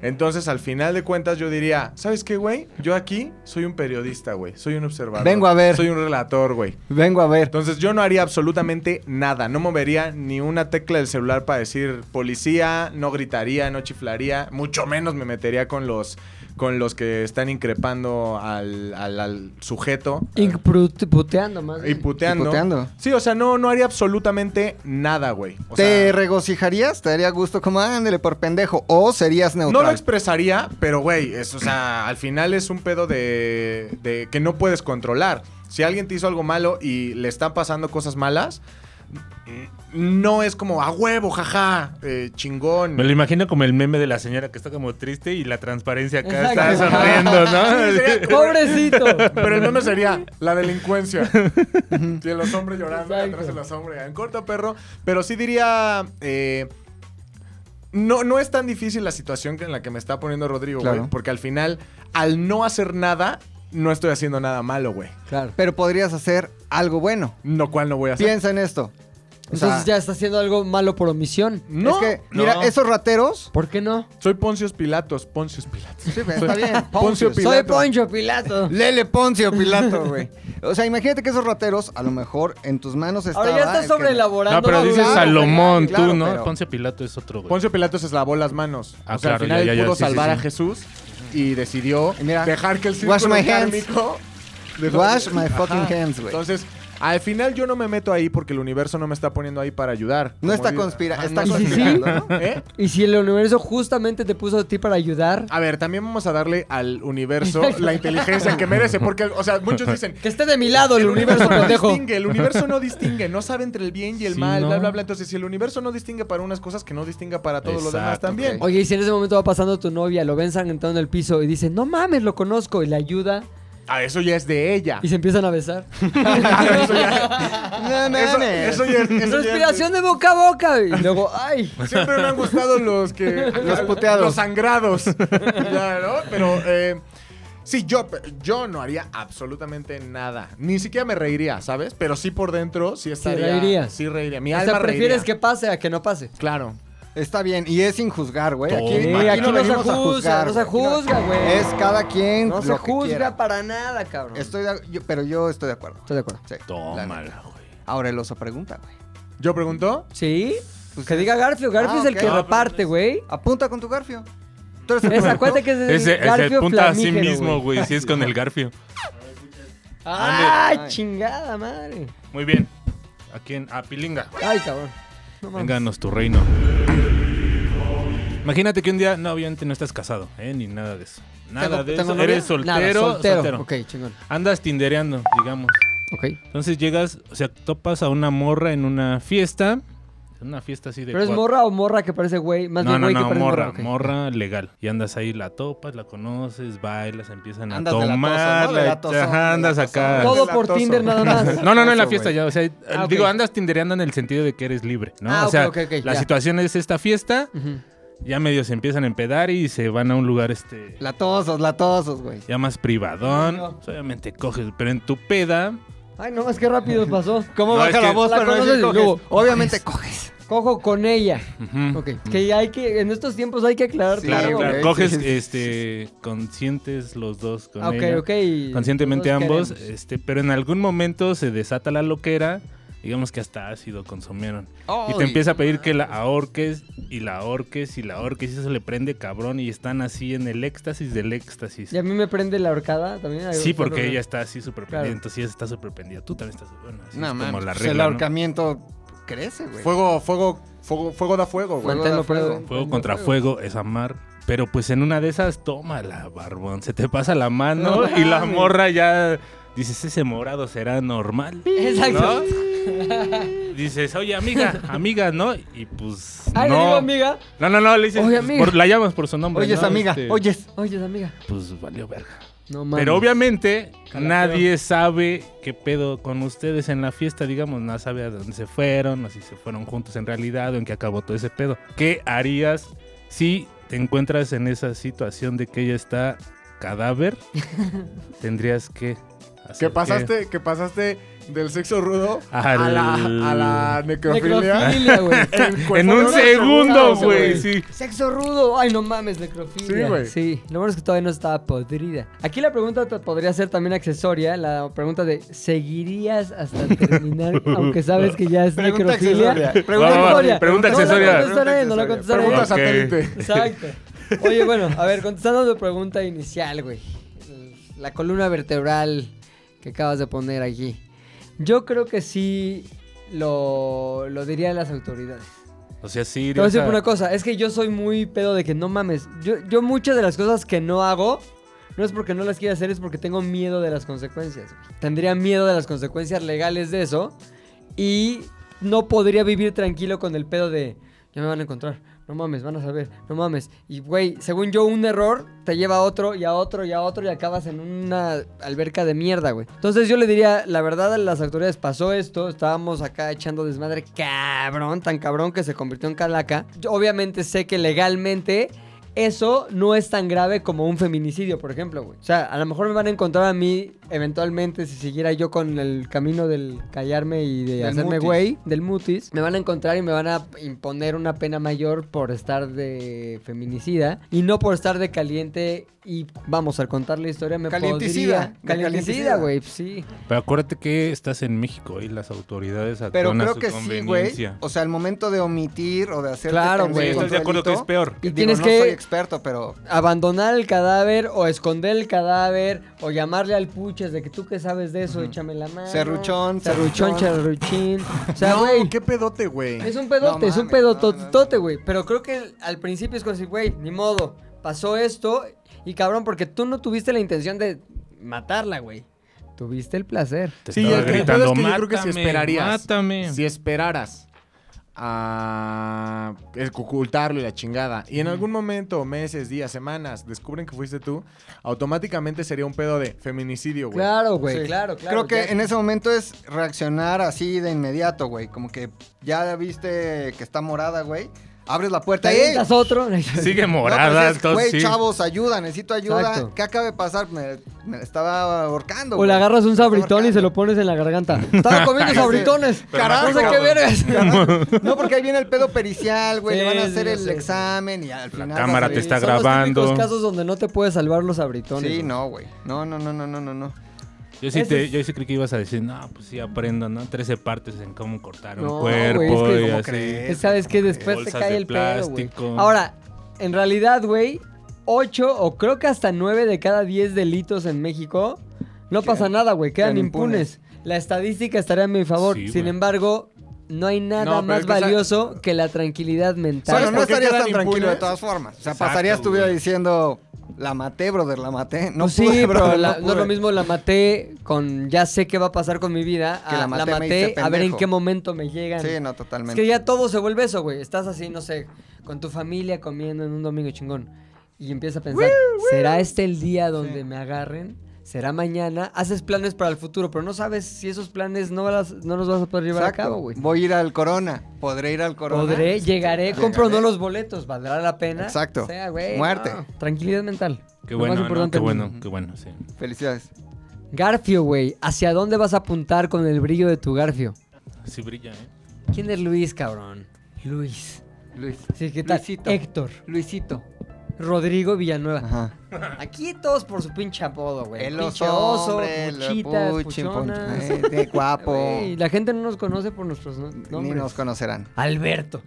Speaker 2: Entonces, al final de cuentas, yo diría, ¿sabes qué, güey? Yo aquí soy un periodista, güey. Soy un observador.
Speaker 4: Vengo a ver.
Speaker 2: Soy un relator, güey.
Speaker 4: Vengo a ver.
Speaker 2: Entonces yo no haría absolutamente nada, no movería ni una tecla del celular para decir policía, no gritaría, no chiflaría, mucho menos me metería con los con los que están increpando al, al- al sujeto.
Speaker 1: Inc- prut- puteando más.
Speaker 2: Y
Speaker 1: bien.
Speaker 2: puteando.
Speaker 4: Y puteando.
Speaker 2: Sí, o sea, no, no haría absolutamente nada, güey. O
Speaker 4: ¿Te
Speaker 2: sea,
Speaker 4: regocijarías? ¿Te daría gusto como ándale por pendejo? ¿O serías
Speaker 2: no
Speaker 4: neutral?
Speaker 2: lo expresaría, pero, güey, es, o sea, al final es un pedo de, de que no puedes controlar. Si alguien te hizo algo malo y le están pasando cosas malas, n- no es como a huevo, jaja, eh, chingón.
Speaker 3: Me lo imagino como el meme de la señora que está como triste y la transparencia acá
Speaker 1: Exacto.
Speaker 3: está sonriendo,
Speaker 2: Sí, sería-
Speaker 3: ¿no?
Speaker 1: Pobrecito.
Speaker 2: Pero el meme sería la delincuencia. Y los hombres llorando
Speaker 1: Exacto.
Speaker 2: atrás de los hombres. En corto, perro. Pero sí diría. eh, no, no es tan difícil la situación que- en la que me está poniendo Rodrigo, güey.
Speaker 4: Claro.
Speaker 2: Porque al final, al no hacer nada, no estoy haciendo nada malo, güey.
Speaker 1: Claro.
Speaker 4: Pero podrías hacer algo bueno.
Speaker 2: Lo cual no voy a hacer.
Speaker 4: Piensa en esto. O sea,
Speaker 1: Entonces ya está haciendo algo malo por omisión.
Speaker 2: No,
Speaker 4: es que, mira,
Speaker 3: no.
Speaker 4: esos rateros.
Speaker 1: ¿Por qué no?
Speaker 2: soy Poncios Pilatos. Poncios Pilatos.
Speaker 4: Sí, pues, está bien.
Speaker 2: Poncio
Speaker 4: Poncio
Speaker 2: Pilato.
Speaker 1: Soy Poncho Pilato.
Speaker 4: Lele Poncio Pilato, güey. O sea, imagínate que esos rateros, a lo mejor en tus manos estaba...
Speaker 1: Ahora ya estás
Speaker 4: el que-
Speaker 1: sobreelaborando.
Speaker 3: No, pero
Speaker 1: la
Speaker 3: dices
Speaker 1: duda.
Speaker 4: Claro,
Speaker 3: Salomón,
Speaker 4: claro,
Speaker 3: tú, ¿no?
Speaker 4: pero-
Speaker 3: Poncio Pilato es otro, güey.
Speaker 2: Poncio Pilatos se lavó las manos.
Speaker 3: pues. Ah,
Speaker 2: o sea, al
Speaker 3: claro,
Speaker 2: final
Speaker 3: ya,
Speaker 2: él
Speaker 3: ya, ya,
Speaker 2: pudo
Speaker 3: sí, sí,
Speaker 2: salvar
Speaker 3: sí.
Speaker 2: a Jesús y decidió
Speaker 4: Y mira,
Speaker 2: dejar que el
Speaker 4: wash
Speaker 2: círculo
Speaker 4: my hands.
Speaker 2: kármico-
Speaker 4: Wash my fucking hands, güey.
Speaker 2: Entonces, al final yo no me meto ahí porque el universo no me está poniendo ahí para ayudar.
Speaker 4: No
Speaker 2: Como
Speaker 4: está
Speaker 2: digo-
Speaker 4: conspira...
Speaker 2: Ajá,
Speaker 4: está
Speaker 2: no
Speaker 1: ¿Y si sí?
Speaker 4: conspirando, ¿no?
Speaker 2: ¿Eh?
Speaker 1: Y si el universo justamente te puso a ti para ayudar,
Speaker 2: A ver, también vamos a darle al universo la inteligencia que merece. Porque, o sea, muchos dicen...
Speaker 1: que esté de mi lado el, universo,
Speaker 2: no
Speaker 1: pendejo.
Speaker 2: distingue, el universo no distingue, no sabe entre el bien y el
Speaker 3: Sí,
Speaker 2: mal, bla,
Speaker 3: no.
Speaker 2: bla, bla. Entonces, si el universo no distingue para unas cosas, que no distinga para todo lo demás
Speaker 3: Exacto,
Speaker 2: también.
Speaker 3: güey.
Speaker 1: Oye, y si en ese momento va pasando tu novia, lo ven sangrentado en el piso y dice, no mames, lo conozco, y le ayuda,
Speaker 2: Ah, eso ya es de ella. Ah,
Speaker 1: y se empiezan a besar.
Speaker 2: eso ya...
Speaker 4: No
Speaker 2: Eso,
Speaker 4: mames.
Speaker 2: eso ya, es- eso ya es de-
Speaker 1: Respiración de boca a boca. Y luego, ay.
Speaker 2: Siempre me han gustado los que.
Speaker 4: Los puteados.
Speaker 2: Los sangrados. Ya, ¿no? Pero. eh, sí, yo, yo no haría absolutamente nada. Ni siquiera me reiría, ¿sabes? Pero sí por dentro, sí estaría.
Speaker 1: reirías.
Speaker 2: Sí reiría. Mi
Speaker 1: O
Speaker 2: alma
Speaker 1: sea, prefieres
Speaker 2: reiría.
Speaker 1: que pase a que no pase.
Speaker 2: Claro.
Speaker 4: Está bien, y es sin juzgar, güey. Aquí,
Speaker 3: Sí,
Speaker 4: aquí
Speaker 3: aquí
Speaker 4: no
Speaker 1: no se
Speaker 4: venimos a
Speaker 1: juzga,
Speaker 4: juzgar.
Speaker 1: no se
Speaker 4: güey. Aquí
Speaker 1: juzga, güey.
Speaker 4: Es cada quien
Speaker 1: No
Speaker 4: lo
Speaker 1: se
Speaker 4: que
Speaker 1: juzga
Speaker 4: quiera.
Speaker 1: para nada, cabrón.
Speaker 4: Estoy de- yo- pero yo estoy de acuerdo.
Speaker 1: Estoy de acuerdo.
Speaker 4: Sí, la neta.
Speaker 3: Tómala, güey.
Speaker 4: Ahora el oso pregunta, güey.
Speaker 2: ¿Yo pregunto?
Speaker 1: ¿Sí?
Speaker 4: Pues
Speaker 1: que
Speaker 4: es-
Speaker 1: diga Garfio. Garfio
Speaker 4: Ah,
Speaker 1: es el
Speaker 4: ok.
Speaker 1: que
Speaker 4: No, pero
Speaker 1: reparte, güey.
Speaker 4: Apunta con tu Garfio. Tú eres el
Speaker 1: Es,
Speaker 4: productor.
Speaker 1: acuérdate que es el
Speaker 3: Ese, ese
Speaker 1: Garfio
Speaker 3: apunta a sí
Speaker 1: flamígero,
Speaker 3: mismo, güey. Si es con el Garfio.
Speaker 1: ¡Ah,
Speaker 4: Ay.
Speaker 1: chingada madre!
Speaker 3: Muy bien. ¿A quién? A Pilinga.
Speaker 1: Ay, cabrón. No mames.
Speaker 3: Vénganos tu reino. Imagínate que un día, no, obviamente no estás casado, ¿eh? Ni nada de eso. Nada
Speaker 4: ¿Tengo-
Speaker 3: de
Speaker 4: tengo
Speaker 3: eso.
Speaker 4: novia?
Speaker 3: Eres
Speaker 1: Nada,
Speaker 3: soltero.
Speaker 1: soltero.
Speaker 3: soltero.
Speaker 1: Ok, chingón.
Speaker 3: Andas tindereando, digamos.
Speaker 1: Ok.
Speaker 3: Entonces llegas, o sea, topas a una morra en una fiesta. Una fiesta así de.
Speaker 1: ¿Pero es
Speaker 3: cuatro-
Speaker 1: morra o morra que parece güey? Más
Speaker 3: No,
Speaker 1: bien
Speaker 3: no,
Speaker 1: güey que
Speaker 3: no,
Speaker 1: parece
Speaker 3: morra,
Speaker 1: morra. ok.
Speaker 3: morra legal. Y andas ahí, la topas, la conoces, bailas, empiezan
Speaker 4: Andas
Speaker 3: a
Speaker 4: de
Speaker 3: tomar.
Speaker 4: latoso, ¿no? De
Speaker 3: la-
Speaker 4: latoso,
Speaker 3: ajá,
Speaker 4: de
Speaker 3: andas
Speaker 4: latoso.
Speaker 3: acá.
Speaker 1: Todo
Speaker 2: Relatoso.
Speaker 1: por Tinder nada más.
Speaker 3: No, no, no, en la
Speaker 4: Eso,
Speaker 3: fiesta
Speaker 4: güey.
Speaker 3: ya, o sea,
Speaker 1: Ah, ok.
Speaker 3: digo, andas tindereando en el sentido de que eres libre, ¿no?
Speaker 1: Ah,
Speaker 3: o sea,
Speaker 1: ok, ok, ok,
Speaker 3: la
Speaker 1: ya.
Speaker 3: situación es esta fiesta,
Speaker 1: Ujú.
Speaker 3: ya medio se empiezan a empedar y se van a un lugar este
Speaker 4: Latosos, latosos, güey.
Speaker 3: ya más privadón,
Speaker 1: No.
Speaker 3: obviamente coges, pero en tu peda,
Speaker 1: Ay, no, es que rápido pasó.
Speaker 4: ¿Cómo
Speaker 3: No,
Speaker 4: baja
Speaker 3: es que-
Speaker 4: la voz
Speaker 1: La
Speaker 4: para no
Speaker 1: conoces
Speaker 4: decir
Speaker 1: y
Speaker 4: coges?
Speaker 1: luego,
Speaker 4: Obviamente coges.
Speaker 1: Cojo con ella.
Speaker 3: ujú,
Speaker 1: Ok. Que hay que, en estos tiempos hay que aclarar
Speaker 4: Sí,
Speaker 3: claro,
Speaker 1: todo,
Speaker 4: güey.
Speaker 3: claro,
Speaker 1: güey.
Speaker 3: coges
Speaker 4: sí, sí, sí.
Speaker 3: este conscientes los dos con
Speaker 1: Ah, Ok,
Speaker 3: ella,
Speaker 1: ok. y
Speaker 3: conscientemente
Speaker 1: los dos
Speaker 3: ambos,
Speaker 1: queremos.
Speaker 3: este, pero en algún momento se desata la loquera, digamos que hasta ácido consumieron. Y te empieza a pedir que la ahorques y la ahorques y la ahorques y eso le prende cabrón y están así en el éxtasis del éxtasis.
Speaker 1: Y a mí me prende la horcada también. hay-
Speaker 3: eh, Sí, porque
Speaker 1: bueno,
Speaker 3: ella está así súper
Speaker 1: Claro.
Speaker 3: pendida, entonces ella está súper pendida. Tú también estás bueno, así
Speaker 4: No,
Speaker 3: es
Speaker 4: mames,
Speaker 3: como la
Speaker 4: pues
Speaker 3: regla,
Speaker 4: el
Speaker 3: ¿no?
Speaker 4: ahorcamiento crece, güey.
Speaker 2: Fuego, fuego, fuego, fuego da fuego, güey.
Speaker 4: Fuego.
Speaker 1: manténlo
Speaker 4: de fuego.
Speaker 1: prendido.
Speaker 3: Fuego contra fuego es amar. Pero pues en una de esas, tómala, barbón. Se te pasa la mano
Speaker 1: No
Speaker 3: y la
Speaker 1: mames.
Speaker 3: morra ya. Dices, ese morado será normal.
Speaker 1: Exacto.
Speaker 3: ¿no? Dices, oye, amiga, amiga, ¿no? Y pues.
Speaker 1: Ay,
Speaker 3: no.
Speaker 1: le digo amiga.
Speaker 3: No, no, no, le dices.
Speaker 1: Oye,
Speaker 3: pues,
Speaker 1: amiga.
Speaker 3: por- la llamas por su nombre.
Speaker 4: Oyes,
Speaker 3: ¿no?
Speaker 4: amiga,
Speaker 3: Este,
Speaker 4: oyes.
Speaker 1: Oye, amiga.
Speaker 3: Pues valió verga.
Speaker 1: No mames.
Speaker 3: Pero obviamente
Speaker 1: Carapeo.
Speaker 3: nadie sabe qué pedo con ustedes en la fiesta, digamos, no sabe a dónde se fueron, o si se fueron juntos en realidad, o en qué acabó todo ese pedo. ¿Qué harías si te encuentras en esa situación de que ella está cadáver? Tendrías que hacer
Speaker 2: Que pasaste, que pasaste del sexo rudo a
Speaker 3: Al-
Speaker 2: la, a la necrofilia.
Speaker 1: Necrofilia, güey.
Speaker 3: En un segundo, güey,
Speaker 1: güey.
Speaker 3: sí.
Speaker 1: Sexo rudo. Ay, no mames, necrofilia.
Speaker 2: Sí, güey.
Speaker 1: Sí, lo bueno es que todavía no estaba podrida. Aquí la pregunta te- podría ser también accesoria. La pregunta de: ¿seguirías hasta terminar? aunque sabes que ya es
Speaker 4: Pregunta
Speaker 1: necrofilia.
Speaker 4: accesoria.
Speaker 1: Pregunta
Speaker 3: Va, va,
Speaker 1: accesoria.
Speaker 3: pregunta
Speaker 1: No la
Speaker 3: accesoria.
Speaker 1: contestaré, no la
Speaker 2: Pregunta
Speaker 1: contestaré.
Speaker 2: accesoria.
Speaker 3: Ok.
Speaker 2: Pregunta satélite.
Speaker 1: Exacto. Oye, bueno, a ver, contestando tu pregunta inicial, güey. La columna vertebral que acabas de poner aquí. Yo creo que sí lo, lo dirían las autoridades.
Speaker 3: O sea, sí.
Speaker 1: Te voy a decir
Speaker 3: o sea,
Speaker 1: una cosa, es que yo soy muy pedo de que no mames. Yo, yo muchas de las cosas que no hago, no es porque no las quiera hacer, es porque tengo miedo de las consecuencias. güey. Tendría miedo de las consecuencias legales de eso y no podría vivir tranquilo con el pedo de, ya me van a encontrar, no mames, van a saber, no mames. Y güey, según yo, un error te lleva a otro y a otro y a otro y acabas en una alberca de mierda, güey. Entonces yo le diría, la verdad a las autoridades pasó esto, estábamos acá echando desmadre cabrón, tan cabrón que se convirtió en calaca. Yo obviamente sé que legalmente... Eso no es tan grave como un feminicidio, por ejemplo, güey. O sea, a lo mejor me van a encontrar a mí eventualmente si siguiera yo con el camino del callarme y de
Speaker 2: Del
Speaker 1: hacerme
Speaker 2: mutis.
Speaker 1: güey del mutis, me van a encontrar y me van a imponer una pena mayor por estar de feminicida y no por estar de caliente y vamos al contar la historia me
Speaker 4: Calienticida,
Speaker 1: podría
Speaker 4: de
Speaker 1: calienticida,
Speaker 4: calienticida.
Speaker 1: güey, pues sí.
Speaker 3: Pero acuérdate que estás en México y las autoridades actúan
Speaker 4: Pero
Speaker 3: a
Speaker 4: creo
Speaker 3: su
Speaker 4: que sí, güey.
Speaker 3: conveniencia.
Speaker 4: O sea, el momento de omitir o de hacer.
Speaker 1: Claro, güey.
Speaker 3: Sí, estás de acuerdo que es peor.
Speaker 1: Y
Speaker 4: Y
Speaker 1: tienes
Speaker 4: tienes no
Speaker 1: que-
Speaker 4: soy experto, pero.
Speaker 1: Abandonar el cadáver o esconder el cadáver o llamarle al puches de que tú qué sabes de eso, échame la mano.
Speaker 4: Serruchón,
Speaker 1: serruchón, charruchín. O sea, güey,
Speaker 2: qué pedote, güey.
Speaker 1: Es un pedote,
Speaker 4: No
Speaker 1: es un
Speaker 4: mames, no,
Speaker 1: pedotote, güey. Pero creo que el- al principio es como decir, güey, ni modo, pasó esto y cabrón, porque tú no tuviste la intención de matarla, güey. Tuviste el placer.
Speaker 3: Te
Speaker 2: Sí,
Speaker 3: estaba
Speaker 2: el- el
Speaker 3: gritando,
Speaker 2: pedo es que yo creo que si
Speaker 3: "Mátame,
Speaker 2: esperarías".
Speaker 3: Mátame.
Speaker 2: Si esperaras a ocultarlo y la chingada, y en algún momento, meses, días, semanas, descubren que fuiste tú, automáticamente sería un pedo de feminicidio, güey.
Speaker 1: Claro, güey,
Speaker 4: Sí.
Speaker 1: claro, claro.
Speaker 4: Creo que
Speaker 1: ya-
Speaker 4: en ese momento es reaccionar así de inmediato, güey. Como que ya viste que está morada, güey. Abres la
Speaker 1: ¿Te
Speaker 4: puerta y.
Speaker 1: avientas otro?
Speaker 3: Sigue
Speaker 4: No, pero
Speaker 3: morada,
Speaker 4: dices,
Speaker 3: entonces
Speaker 4: Güey,
Speaker 3: sí.
Speaker 4: chavos, ayuda, necesito ayuda.
Speaker 1: Exacto.
Speaker 4: ¿Qué acaba de pasar? Me, me estaba ahorcando.
Speaker 1: O le
Speaker 4: güey.
Speaker 1: agarras
Speaker 4: Me
Speaker 1: un
Speaker 4: estaba
Speaker 1: sabritón y
Speaker 4: ahorcando.
Speaker 1: se lo pones en la garganta. Estaba comiendo sabritones.
Speaker 3: Pero
Speaker 1: Carajo, no sé
Speaker 4: más
Speaker 1: qué
Speaker 4: picado.
Speaker 1: vergas.
Speaker 4: No, porque ahí viene el pedo pericial, güey.
Speaker 1: Sí,
Speaker 4: le van a
Speaker 1: sí,
Speaker 4: hacer
Speaker 1: yo
Speaker 4: el
Speaker 1: sé.
Speaker 4: examen y al final.
Speaker 3: cámara
Speaker 4: vas a
Speaker 3: te
Speaker 4: ver.
Speaker 3: está- grabando.
Speaker 1: Son los típicos casos donde no te puedes salvar los sabritones.
Speaker 4: Sí,
Speaker 1: güey.
Speaker 4: no, güey. No, no, no, no, no, no, no.
Speaker 3: Yo sí,
Speaker 1: Ese
Speaker 3: te,
Speaker 1: es-
Speaker 3: yo sí creí que ibas a decir, no, pues sí, aprendan, ¿no? 13 partes en cómo cortar un
Speaker 1: No,
Speaker 3: cuerpo
Speaker 1: güey, es que
Speaker 3: y
Speaker 1: ¿cómo
Speaker 3: así.
Speaker 4: crees?
Speaker 1: Es, ¿Sabes que Después te
Speaker 3: Bolsas
Speaker 1: cae
Speaker 3: de
Speaker 1: el pedo, güey.
Speaker 3: plástico.
Speaker 1: Ahora, en realidad, güey, 8 o creo que hasta 9 de cada 10 delitos en México no pasa nada, güey, quedan
Speaker 4: quedan
Speaker 1: impunes.
Speaker 4: impunes.
Speaker 1: La estadística estaría a mi favor.
Speaker 3: Sí,
Speaker 1: Sin
Speaker 3: güey.
Speaker 1: embargo, no hay nada
Speaker 2: No, pero
Speaker 1: más
Speaker 2: es que esa-
Speaker 1: valioso que la tranquilidad mental.
Speaker 4: Pero
Speaker 2: ¿Sabes
Speaker 4: no
Speaker 2: por qué
Speaker 4: estarías
Speaker 2: quedan
Speaker 4: tan tranquilo de
Speaker 2: impunes?
Speaker 4: todas formas. O sea,
Speaker 3: Exacto,
Speaker 4: pasaría estuviera
Speaker 3: güey.
Speaker 4: diciendo, la maté, brother, la maté. No
Speaker 1: Pues sí,
Speaker 4: pude,
Speaker 1: pero
Speaker 4: brother,
Speaker 1: la- no, es lo
Speaker 4: pude.
Speaker 1: mismo la maté con ya sé qué va a pasar con mi vida.
Speaker 4: Que
Speaker 1: a-
Speaker 4: la
Speaker 1: la maté,
Speaker 4: maté me hice
Speaker 1: a ver en
Speaker 4: pendejo.
Speaker 1: qué momento me llegan.
Speaker 4: Sí, no,
Speaker 1: Es
Speaker 4: totalmente.
Speaker 1: que ya todo se vuelve eso, güey. Estás así, no sé, con tu familia comiendo en un domingo chingón. Y empiezas a pensar, ¿será este el día donde me agarren? ¿Será mañana? Haces planes para el futuro, pero no sabes si esos planes no, las- no los vas a poder llevar
Speaker 4: Exacto.
Speaker 1: a cabo, güey.
Speaker 4: Voy a ir al corona. Podré ir al corona.
Speaker 1: Podré, llegaré, compro o no
Speaker 4: Llegaré.
Speaker 1: los boletos, ¿valdrá la pena?
Speaker 4: Exacto.
Speaker 1: O sea, güey,
Speaker 4: Muerte.
Speaker 1: no. Tranquilidad mental.
Speaker 3: Qué
Speaker 1: Lo
Speaker 3: bueno,
Speaker 1: más
Speaker 3: ¿no?
Speaker 1: importante
Speaker 3: qué
Speaker 1: del
Speaker 3: bueno,
Speaker 1: mundo.
Speaker 3: qué bueno, sí.
Speaker 4: Felicidades.
Speaker 1: Garfio, güey, ¿hacia dónde vas a apuntar con el brillo de tu Garfio?
Speaker 3: Así brilla, ¿eh?
Speaker 1: ¿Quién es Luis, cabrón? Luis.
Speaker 4: Luis.
Speaker 1: Sí, ¿qué tal?
Speaker 4: Luisito.
Speaker 1: Héctor.
Speaker 4: Luisito.
Speaker 1: Rodrigo Villanueva.
Speaker 4: Ajá.
Speaker 1: Aquí todos por su pinche apodo, güey.
Speaker 4: El
Speaker 1: Pinche
Speaker 4: oso,
Speaker 1: oso,
Speaker 4: hombre, el
Speaker 1: puchitas,
Speaker 4: puchi,
Speaker 1: puchonas.
Speaker 4: pon- eh, qué guapo.
Speaker 1: Güey, la gente no nos conoce por nuestros no-
Speaker 4: Ni
Speaker 1: nombres.
Speaker 4: nos conocerán.
Speaker 1: Alberto.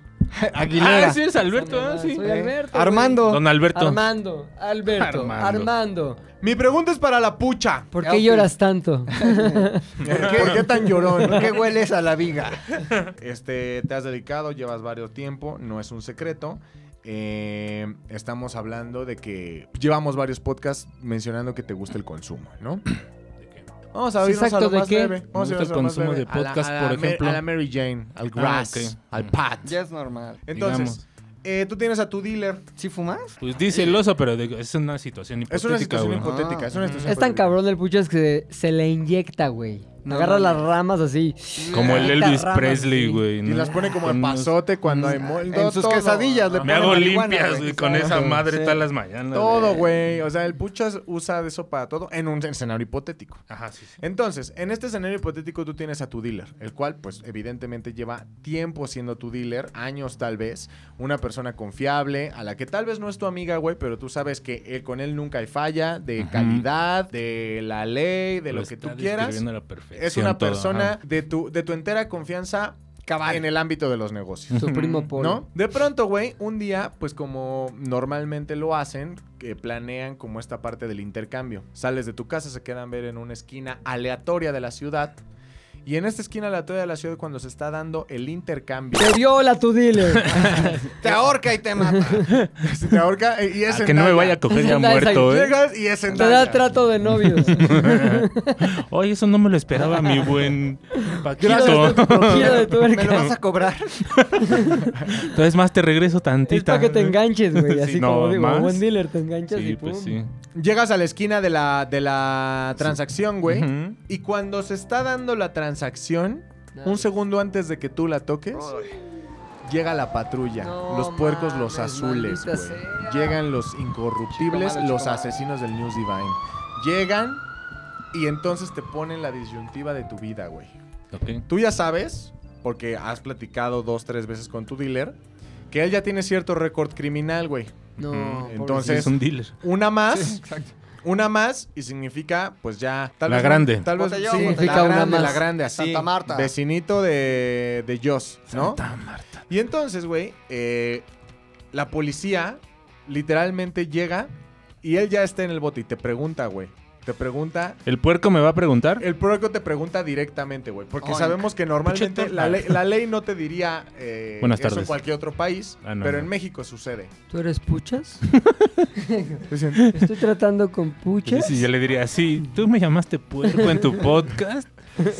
Speaker 4: Aguilera.
Speaker 3: Ah, sí, es Alberto, ¿ah? Sí.
Speaker 1: Soy Alberto. güey.
Speaker 4: Eh, Armando.
Speaker 3: Don Alberto.
Speaker 1: Armando. Alberto. Armando.
Speaker 3: Armando.
Speaker 2: Mi pregunta es para la pucha.
Speaker 1: ¿Por
Speaker 4: Ya,
Speaker 1: qué
Speaker 4: ok.
Speaker 1: lloras tanto?
Speaker 2: ¿Por qué, por qué tan llorón?
Speaker 4: ¿Por qué hueles a la viga?
Speaker 2: Este, te has dedicado, llevas varios tiempo, no es un secreto. Eh, estamos hablando de que llevamos varios podcasts mencionando que te gusta el consumo, ¿no?
Speaker 3: ¿De qué?
Speaker 2: Vamos a
Speaker 1: Sí,
Speaker 2: irnos a
Speaker 1: exacto,
Speaker 2: lo
Speaker 1: ¿de
Speaker 2: más
Speaker 1: qué?
Speaker 2: leve. Vamos
Speaker 3: Me
Speaker 2: a
Speaker 3: gusta el
Speaker 2: irnos a lo más
Speaker 3: consumo
Speaker 2: leve.
Speaker 3: de podcast,
Speaker 2: a la, a
Speaker 3: por
Speaker 2: la Mar-
Speaker 3: ejemplo. Ah,
Speaker 2: A la Mary Jane, al grass,
Speaker 3: ok.
Speaker 2: al pat.
Speaker 4: Ya es normal.
Speaker 2: Entonces,
Speaker 3: Digamos.
Speaker 2: eh, tú tienes a tu dealer.
Speaker 4: ¿Sí fumas?
Speaker 3: Pues dice el oso, pero de- es una situación hipotética,
Speaker 2: Es una
Speaker 3: güey.
Speaker 2: situación hipotética.
Speaker 4: Ah.
Speaker 2: es una situación
Speaker 1: es tan
Speaker 2: hipotética.
Speaker 1: cabrón el puchas que se, se le inyecta, güey.
Speaker 4: No
Speaker 1: Agarra
Speaker 4: mames.
Speaker 1: las ramas así.
Speaker 3: Como el
Speaker 1: Estas
Speaker 3: Elvis
Speaker 1: ramas,
Speaker 3: Presley,
Speaker 1: sí.
Speaker 3: güey.
Speaker 2: Y
Speaker 3: ¿no?
Speaker 2: las pone como
Speaker 3: Con
Speaker 2: en
Speaker 3: unos-
Speaker 2: pasote cuando hay moldo,
Speaker 4: En sus
Speaker 2: todo.
Speaker 4: quesadillas le
Speaker 3: Me
Speaker 4: ponen
Speaker 3: hago
Speaker 4: marihuana,
Speaker 3: limpias, güey, con esa
Speaker 4: Exacto.
Speaker 3: madre
Speaker 4: Sí.
Speaker 3: todas las mañanas.
Speaker 2: Todo,
Speaker 3: güey.
Speaker 2: güey. O sea, el puchas usa de eso para todo en un escenario hipotético.
Speaker 3: Ajá, sí, sí.
Speaker 2: Entonces, en este escenario hipotético tú tienes a tu dealer, el cual pues evidentemente lleva tiempo siendo tu dealer, años tal vez, una persona confiable, a la que tal vez no es tu amiga, güey, pero tú sabes que él, con él nunca hay falla, de
Speaker 3: Ujú.
Speaker 2: calidad, de la ley, de lo, que
Speaker 3: está
Speaker 2: tú quieras.
Speaker 3: describiendo a la perfección
Speaker 2: Es una
Speaker 3: todo,
Speaker 2: persona
Speaker 3: ajá.
Speaker 2: de tu, de tu entera confianza
Speaker 4: Cabal.
Speaker 2: en el ámbito de los negocios.
Speaker 1: Tu primo Paul.
Speaker 2: ¿No? De pronto, güey, un día, pues como normalmente lo hacen, que planean como esta parte del intercambio. Sales de tu casa, se quedan a ver en una esquina aleatoria de la ciudad. Y en esta esquina aleatoria de la ciudad, cuando se está dando el intercambio,
Speaker 1: Te viola tu dealer.
Speaker 4: Te ahorca y te mata.
Speaker 2: se te ahorca eh, y es
Speaker 3: Ah, que no me
Speaker 2: Endaya.
Speaker 3: vaya a coger ya
Speaker 1: Esa es la-
Speaker 3: muerto, ¿eh?
Speaker 2: Llegas y es
Speaker 1: Te da
Speaker 2: Endaya.
Speaker 1: trato de novios.
Speaker 3: Oye, eso no me lo esperaba mi buen
Speaker 1: Giro de
Speaker 3: Paquito.
Speaker 1: tu- giro de tuerca.
Speaker 4: Me lo vas a cobrar.
Speaker 3: Entonces más te regreso
Speaker 1: Es
Speaker 3: tantita.
Speaker 1: para que te enganches, güey.
Speaker 3: Sí,
Speaker 1: Así
Speaker 3: no,
Speaker 1: como digo,
Speaker 3: más.
Speaker 1: buen dealer, te enganchas y
Speaker 3: Sí,
Speaker 1: pum.
Speaker 3: pues sí.
Speaker 2: Llegas a la esquina de la, de la transacción, güey.
Speaker 3: Ujú.
Speaker 2: Y cuando se está dando la transacción, un segundo antes de que tú la toques,
Speaker 4: Oh,
Speaker 2: llega la patrulla.
Speaker 1: No
Speaker 2: los puercos, los
Speaker 1: mames,
Speaker 2: azules,
Speaker 1: maldita
Speaker 2: güey.
Speaker 1: sea.
Speaker 2: Llegan los incorruptibles,
Speaker 4: Chico malo,
Speaker 2: los
Speaker 4: chico malo.
Speaker 2: asesinos del News Divine. Llegan y entonces te ponen la disyuntiva de tu vida, güey.
Speaker 3: Ok.
Speaker 2: Tú ya sabes, porque has platicado dos, tres veces con tu dealer, que él ya tiene cierto récord criminal, güey.
Speaker 1: No,
Speaker 4: Mm,
Speaker 2: Entonces,
Speaker 1: pobrecito.
Speaker 3: Sí, es un dealer.
Speaker 2: Una más. Una más y significa, pues ya.
Speaker 3: La
Speaker 2: vez-
Speaker 3: grande.
Speaker 2: Tal vez
Speaker 4: Botellón,
Speaker 2: sí,
Speaker 1: significa
Speaker 2: la
Speaker 1: una
Speaker 2: grande,
Speaker 1: más.
Speaker 2: la grande, así.
Speaker 4: Santa Marta.
Speaker 2: Vecinito de, de Joss, ¿no?
Speaker 3: Santa Marta.
Speaker 2: Y entonces, güey, eh, la policía literalmente llega y él ya está en el bote y te pregunta, güey. Te pregunta.
Speaker 3: ¿El puerco me va a preguntar?
Speaker 2: El público te pregunta directamente, güey. Porque
Speaker 4: Oink.
Speaker 2: sabemos que
Speaker 3: Pinche
Speaker 2: normalmente
Speaker 3: torta.
Speaker 2: la ley, la ley no te diría eh,
Speaker 3: Buenas
Speaker 2: eso en
Speaker 3: tardes.
Speaker 2: cualquier otro país,
Speaker 3: Ah, no,
Speaker 2: pero
Speaker 3: no.
Speaker 2: en México sucede.
Speaker 1: ¿Tú eres puchas?
Speaker 2: Dicen,
Speaker 1: Estoy tratando con puchas.
Speaker 3: Sí, Pues yo le diría, sí, tú me llamaste puerco en tu podcast.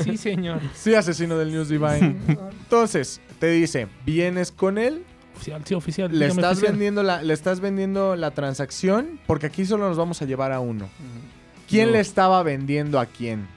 Speaker 3: Sí, señor.
Speaker 2: Sí, asesino del News Divine. Entonces, te dice, vienes con él,
Speaker 3: Oficial, sí, oficial.
Speaker 2: le
Speaker 3: dígame
Speaker 2: estás,
Speaker 3: oficial.
Speaker 2: vendiendo la, le estás vendiendo la transacción, porque aquí solo nos vamos a llevar a uno. ¿Quién
Speaker 3: No.
Speaker 2: le estaba vendiendo a quién?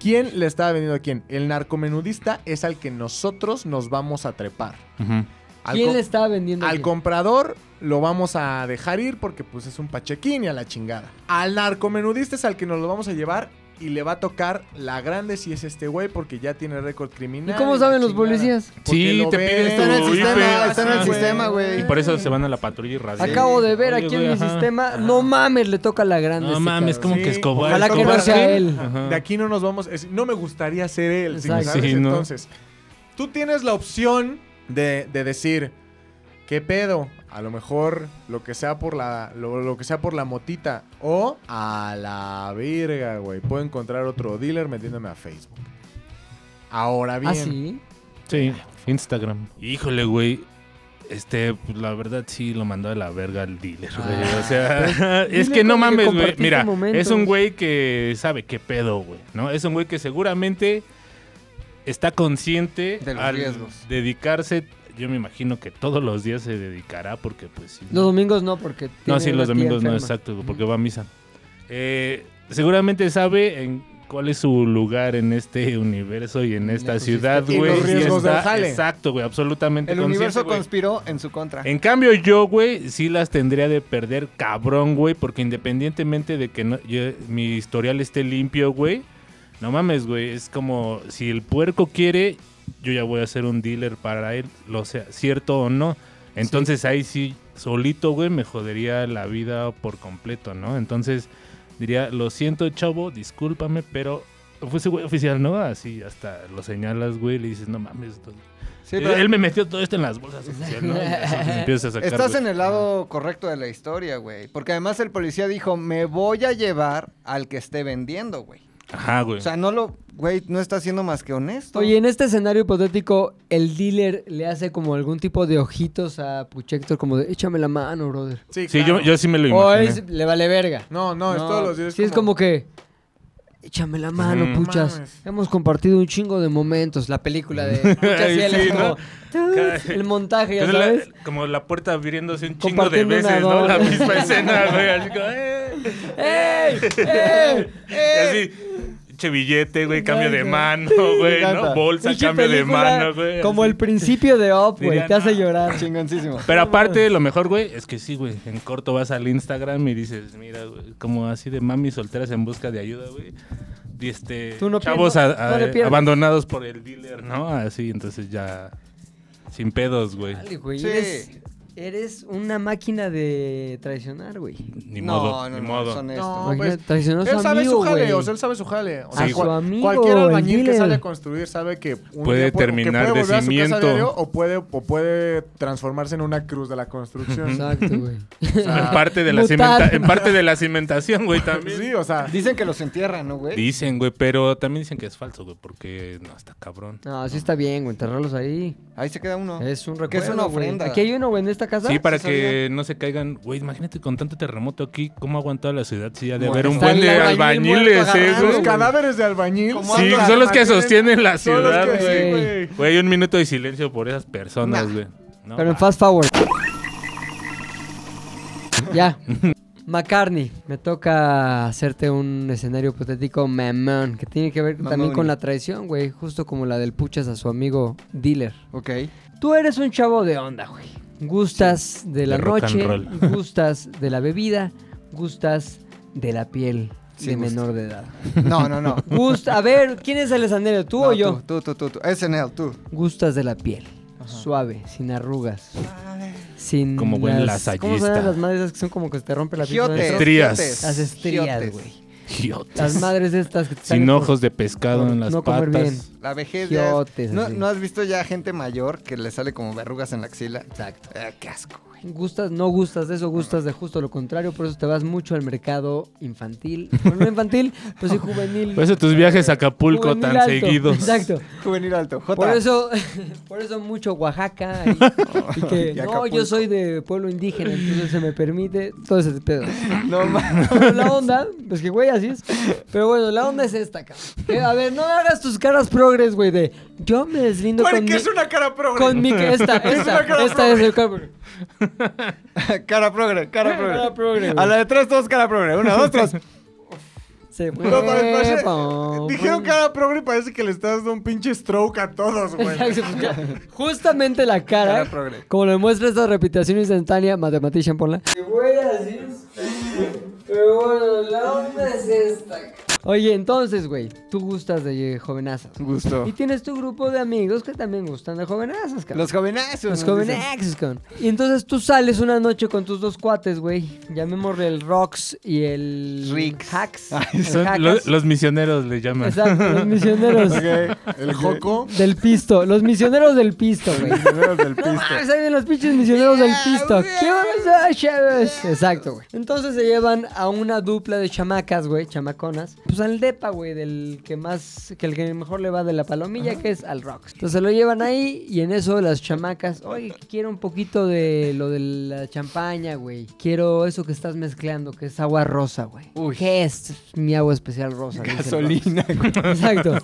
Speaker 2: ¿Quién le estaba vendiendo a quién? El narcomenudista es al que nosotros nos vamos a trepar.
Speaker 3: Ujú.
Speaker 2: Al,
Speaker 1: ¿Quién
Speaker 2: com-
Speaker 1: le estaba vendiendo?
Speaker 2: al
Speaker 1: aquí?
Speaker 2: comprador lo vamos a dejar ir porque pues es un pachequín y a la chingada. Al narcomenudista es al que nos lo vamos a llevar y le va a tocar la grande si es este güey porque ya tiene récord
Speaker 1: ¿Y
Speaker 2: criminal.
Speaker 1: cómo
Speaker 2: la
Speaker 1: saben los
Speaker 2: chingada.
Speaker 1: policías?
Speaker 2: Porque
Speaker 3: Sí,
Speaker 2: lo
Speaker 3: te
Speaker 2: ven,
Speaker 3: piden
Speaker 4: Está en el
Speaker 3: tu
Speaker 4: sistema,
Speaker 3: IP,
Speaker 4: está en el
Speaker 3: ajá.
Speaker 4: sistema,
Speaker 3: Y
Speaker 4: ah, güey.
Speaker 3: por eso se van a la patrulla y radio.
Speaker 1: Acabo de ver aquí en mi sistema. No mames, le toca la grande.
Speaker 3: No
Speaker 1: este
Speaker 3: mames,
Speaker 1: cabrón.
Speaker 3: como que Escobar.
Speaker 1: Ojalá que
Speaker 3: Escobar
Speaker 1: no sea
Speaker 3: King.
Speaker 1: él.
Speaker 3: Ajá.
Speaker 2: De aquí no nos vamos. es- no me gustaría ser él. ¿sí?
Speaker 1: Exacto.
Speaker 2: ¿sabes?
Speaker 3: Sí, ¿no?
Speaker 2: Entonces, tú tienes la opción de, de decir, ¿qué pedo? A lo mejor lo que sea por la lo, lo que sea por la motita o a la verga, güey. Puedo encontrar otro dealer metiéndome a Facebook. Ahora bien,
Speaker 1: ¿Ah, sí?
Speaker 3: Sí, Instagram. Híjole, güey. Este, pues, la verdad sí lo mandó a la verga al dealer, güey. o sea, es
Speaker 1: dile
Speaker 3: que no
Speaker 1: como que
Speaker 3: mames, güey.
Speaker 1: compartiste
Speaker 3: Mira, es
Speaker 1: momentos.
Speaker 3: un güey que sabe qué pedo, güey, ¿no? Es un güey que seguramente está consciente
Speaker 4: De los
Speaker 3: al
Speaker 4: riesgos.
Speaker 3: dedicarse. Yo me imagino que todos los días se dedicará porque, pues, sí.
Speaker 1: Los domingos no, porque.
Speaker 3: No,
Speaker 1: tiene
Speaker 3: sí,
Speaker 1: una
Speaker 3: los
Speaker 1: tía
Speaker 3: domingos no,
Speaker 1: enferma.
Speaker 3: exacto, güey, porque va a misa. Eh, seguramente sabe en cuál es su lugar en este universo y en
Speaker 1: Pues
Speaker 3: esta ciudad,
Speaker 2: Y
Speaker 3: güey.
Speaker 2: los riesgos del jale.
Speaker 3: Exacto, güey, absolutamente
Speaker 4: El
Speaker 3: consciente,
Speaker 4: universo
Speaker 3: güey.
Speaker 4: conspiró en su contra.
Speaker 3: En cambio, yo, güey, sí las tendría de perder cabrón, güey, porque independientemente de que no- yo- mi historial esté limpio, güey, no mames, güey, es como si el puerco quiere, yo ya voy a ser un dealer para él, lo sea, cierto o no. Entonces ahí sí, solito, güey, me jodería la vida por completo, ¿no? Entonces diría, lo siento, chavo, discúlpame, pero fuese güey oficial, ¿no? Así hasta lo señalas, güey, le dices, no mames, tú-
Speaker 4: Sí, pero
Speaker 3: él me metió todo esto en las bolsas oficial, ¿no? Y eso se empieza a sacar,
Speaker 4: estás
Speaker 3: güey.
Speaker 4: en el lado correcto de la historia, güey. Porque además el policía dijo, me voy a llevar al que esté vendiendo, güey.
Speaker 3: Ajá, güey.
Speaker 4: O sea, no lo, güey, no está siendo más que honesto.
Speaker 1: Oye, en este escenario hipotético, el dealer le hace como algún tipo de ojitos a Puchector, como de échame la mano, brother.
Speaker 2: sí,
Speaker 3: sí,
Speaker 2: claro.
Speaker 3: yo, yo sí me lo
Speaker 1: O
Speaker 3: imaginé.
Speaker 1: es, le vale verga.
Speaker 2: No, no, es
Speaker 4: No,
Speaker 2: todos los días.
Speaker 1: Sí, es como que. Échame la mano,
Speaker 3: Ujú.
Speaker 1: puchas.
Speaker 2: Mames.
Speaker 1: Hemos compartido un chingo de momentos. La película de Puchas y
Speaker 3: Ay,
Speaker 1: él
Speaker 3: sí,
Speaker 1: es como.
Speaker 3: ¿no?
Speaker 1: "Tuts", El montaje, ya
Speaker 3: Es la-
Speaker 1: sabes.
Speaker 3: como la puerta abriéndose un chingo de
Speaker 1: Compartiendo una
Speaker 3: veces, ¿no? La
Speaker 1: doble.
Speaker 3: misma escena, güey. Así como, ¡eh!
Speaker 1: ¡Ey! ¡Ey! ¡Ey!
Speaker 3: Y así, che billete, güey, cambio de
Speaker 1: Exacto.
Speaker 3: mano, güey, ¿no? Bolsa,
Speaker 1: Pinche
Speaker 3: cambio de
Speaker 1: película,
Speaker 3: mano, güey.
Speaker 1: Como
Speaker 3: así.
Speaker 1: el principio de Up, güey.
Speaker 3: Diría,
Speaker 1: Te hace
Speaker 3: "No".
Speaker 1: llorar.
Speaker 4: Chingoncísimo.
Speaker 3: Pero aparte, lo mejor, güey, es que sí, güey. En corto vas al Instagram y dices, mira, güey, como así de mami solteras en busca de ayuda, güey. Y este,
Speaker 1: Tú no
Speaker 3: chavos
Speaker 1: pierdas,
Speaker 3: a-
Speaker 1: no
Speaker 3: a-
Speaker 1: le pierdas.
Speaker 3: abandonados por el dealer, ¿no? Así, entonces ya. Sin pedos, güey.
Speaker 1: Dale, güey.
Speaker 4: Sí.
Speaker 1: eres Eres una máquina de traicionar, güey.
Speaker 3: Ni modo, ni modo.
Speaker 4: son
Speaker 2: No,
Speaker 1: Imagina-
Speaker 2: pues,
Speaker 1: traicionó a su
Speaker 2: él sabe
Speaker 1: amigo,
Speaker 2: su jale,
Speaker 1: güey.
Speaker 2: o sea, él sabe su jale. O
Speaker 1: A
Speaker 2: sea,
Speaker 3: su
Speaker 2: cual-
Speaker 1: amigo,
Speaker 2: cualquier
Speaker 1: el
Speaker 2: albañil que
Speaker 1: dealer.
Speaker 2: sale a construir sabe que un
Speaker 3: Puede
Speaker 2: día que
Speaker 3: terminar de
Speaker 2: volver a su casa
Speaker 3: cimiento.
Speaker 2: diario o puede o puede transformarse en una cruz de la construcción.
Speaker 1: Exacto, güey.
Speaker 2: O sea,
Speaker 3: En parte de la
Speaker 1: Mutado.
Speaker 3: cimenta- en parte de la cimentación, güey, también.
Speaker 2: sí, o sea,
Speaker 4: Dicen que los entierran, ¿no, güey?
Speaker 3: Dicen, güey, pero también dicen que es falso, güey, porque no, está cabrón.
Speaker 1: No, sí está bien, güey. Enterrarlos ahí.
Speaker 4: Ahí se queda uno.
Speaker 1: Es un recuerdo.
Speaker 4: Que es una
Speaker 1: güey.
Speaker 4: ofrenda.
Speaker 1: Aquí hay uno, güey, en esta casa.
Speaker 3: Sí, para
Speaker 4: Sí,
Speaker 3: que no se caigan. Güey, imagínate con tanto terremoto aquí, ¿cómo aguantó la ciudad? Sí, ha de
Speaker 4: Bueno,
Speaker 3: haber un
Speaker 4: está
Speaker 3: buen
Speaker 4: el
Speaker 3: de
Speaker 4: albañil
Speaker 3: albañiles,
Speaker 4: muerto
Speaker 3: eh,
Speaker 4: agarrando
Speaker 2: los
Speaker 3: güey.
Speaker 2: cadáveres de albañil. pues,
Speaker 4: Como
Speaker 3: Sí,
Speaker 4: Cuando
Speaker 3: son los que
Speaker 2: almacenes-
Speaker 3: sostienen la
Speaker 2: son los
Speaker 3: ciudad,
Speaker 2: que- sí,
Speaker 3: güey.
Speaker 2: güey.
Speaker 3: Güey, un minuto de silencio por esas personas, güey. No,
Speaker 1: Pero en
Speaker 3: va.
Speaker 1: fast forward. ya. McCartney, me toca hacerte un escenario hipotético mamón, que tiene que ver también
Speaker 4: Mamón.
Speaker 1: con la traición, güey, justo como la del puchas a su amigo dealer.
Speaker 4: Ok.
Speaker 1: Tú eres un chavo de onda, güey. Gustas de la
Speaker 3: De rock
Speaker 1: noche,
Speaker 3: and
Speaker 1: gustas de la bebida, gustas de la piel
Speaker 4: Sí,
Speaker 1: de
Speaker 4: gusto.
Speaker 1: menor de edad.
Speaker 4: No, no, no.
Speaker 1: Gusta, a ver, ¿quién es el escenario, tú
Speaker 4: No,
Speaker 1: o yo?
Speaker 4: Tú, tú, tú, tú. SNL, tú.
Speaker 1: Gustas de la piel. Suave, sin arrugas. Sin
Speaker 3: Como buen
Speaker 1: las- ¿Cómo se
Speaker 3: lasallista.
Speaker 1: llaman las madres esas que son como que se te rompe la piel?
Speaker 4: Giotes,
Speaker 3: Estrías.
Speaker 4: giotes,
Speaker 1: Las estrías,
Speaker 4: giotes.
Speaker 1: güey.
Speaker 3: Idiotas.
Speaker 1: Las madres estas que te salen
Speaker 3: Sin
Speaker 1: por-
Speaker 3: ojos de pescado
Speaker 1: por
Speaker 3: en las
Speaker 1: no comer bien.
Speaker 3: patas.
Speaker 4: La vejez ya es-
Speaker 1: Giotes,
Speaker 4: ¿No,
Speaker 1: así.
Speaker 4: ¿No has visto ya gente mayor que le sale como verrugas en la axila?
Speaker 1: Exacto.
Speaker 4: Ah, qué asco, güey.
Speaker 1: Gustas, no gustas de eso, gustas de justo lo contrario, por eso te vas mucho al mercado infantil. Bueno, no infantil, pues sí juvenil.
Speaker 3: Por eso tus viajes a Acapulco
Speaker 1: juvenil
Speaker 3: tan
Speaker 1: alto.
Speaker 3: seguidos.
Speaker 1: Exacto.
Speaker 4: Juvenil alto. J.
Speaker 1: Por eso, por eso mucho Oaxaca y, y que
Speaker 4: Y
Speaker 1: no,
Speaker 4: Acapulco.
Speaker 1: yo soy de pueblo indígena, entonces se me permite todo ese pedo.
Speaker 4: No mames.
Speaker 1: Pero la onda, pues que güey, así es. Pero bueno, la onda es esta, cabrón. Que, a ver, no hagas tus caras progres, güey, de yo me deslindo
Speaker 2: Güey,
Speaker 1: con mi,
Speaker 2: que es una cara progre.
Speaker 1: con mi esta,
Speaker 2: ¿Qué es
Speaker 1: esta,
Speaker 2: una cara
Speaker 1: esta es el cabrón.
Speaker 4: cara progre, cara progre.
Speaker 1: Cara progre, güey.
Speaker 4: A la de tres, todos cara progre. Una, dos, tres.
Speaker 1: Se fue.
Speaker 2: No, mames, parece-
Speaker 1: pom,
Speaker 2: Dijeron
Speaker 1: pom.
Speaker 2: cara progre y parece que le estás dando un pinche stroke a todos, güey.
Speaker 1: Exacto, pues, ya. Justamente la cara,
Speaker 4: Cara progre.
Speaker 1: como lo muestra esta repetición instantánea, mathematician, ponla. Pero bueno, la onda es esta. Oye, entonces, güey, tú gustas de eh, jovenazas.
Speaker 4: Un gusto.
Speaker 1: Y tienes tu grupo de amigos que también gustan de jovenazas, cabrón.
Speaker 4: Los jovenazos.
Speaker 1: Los
Speaker 4: nos
Speaker 1: jóvenes
Speaker 4: dicen.
Speaker 1: cabrón. Y entonces tú sales una noche con tus dos cuates, güey. Llamémosle el Rox y el.
Speaker 4: Rix.
Speaker 1: Hacks.
Speaker 4: Ay,
Speaker 1: El
Speaker 3: Son
Speaker 1: Hackas.
Speaker 3: lo- los, misioneros le llaman.
Speaker 1: Exacto, los misioneros.
Speaker 2: Ok, El joco.
Speaker 1: Del pisto. Los misioneros del pisto, güey.
Speaker 2: Misioneros del
Speaker 1: No
Speaker 2: pisto.
Speaker 1: mames, ahí vienen los pinches misioneros del pisto.
Speaker 4: Yeah,
Speaker 1: ¿Qué onda, chavos? Exacto, güey. Entonces se llevan a una dupla de chamacas, güey, chamaconas. Pues al depa, güey, del que más, que el que mejor le va de la palomilla, que es al Rox. Entonces se lo llevan ahí y en eso las chamacas, oye, quiero un poquito de lo de la champaña, güey. Quiero eso que estás mezclando, que es agua rosa, güey.
Speaker 4: Uy.
Speaker 1: ¿Qué es mi agua especial rosa? dice el Rox.
Speaker 4: Gasolina, güey.
Speaker 1: Exacto.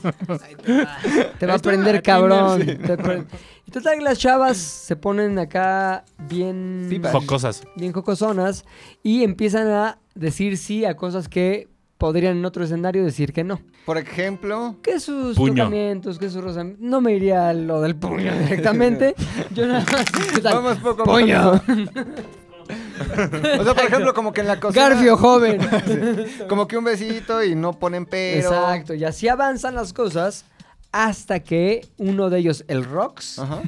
Speaker 1: Te va a prender cabrón. Te pre- Y total que las chavas se ponen acá bien,
Speaker 4: Pipas.
Speaker 3: Focosas.
Speaker 1: bien cocosonas y empiezan a decir sí a cosas que podrían en otro escenario decir que no.
Speaker 4: Por ejemplo,
Speaker 1: Que sus
Speaker 3: Puño.
Speaker 1: tocamientos, que sus rosas. No me iría a lo del puño directamente. Yo nada más. total,
Speaker 4: vamos poco a poco.
Speaker 1: Puño.
Speaker 4: O sea, por ejemplo, como que en la cocina.
Speaker 1: Garfio joven.
Speaker 4: Como que un besito y no ponen pero.
Speaker 1: Exacto. Y así avanzan las cosas hasta que uno de ellos, el Rox,
Speaker 4: Ajá.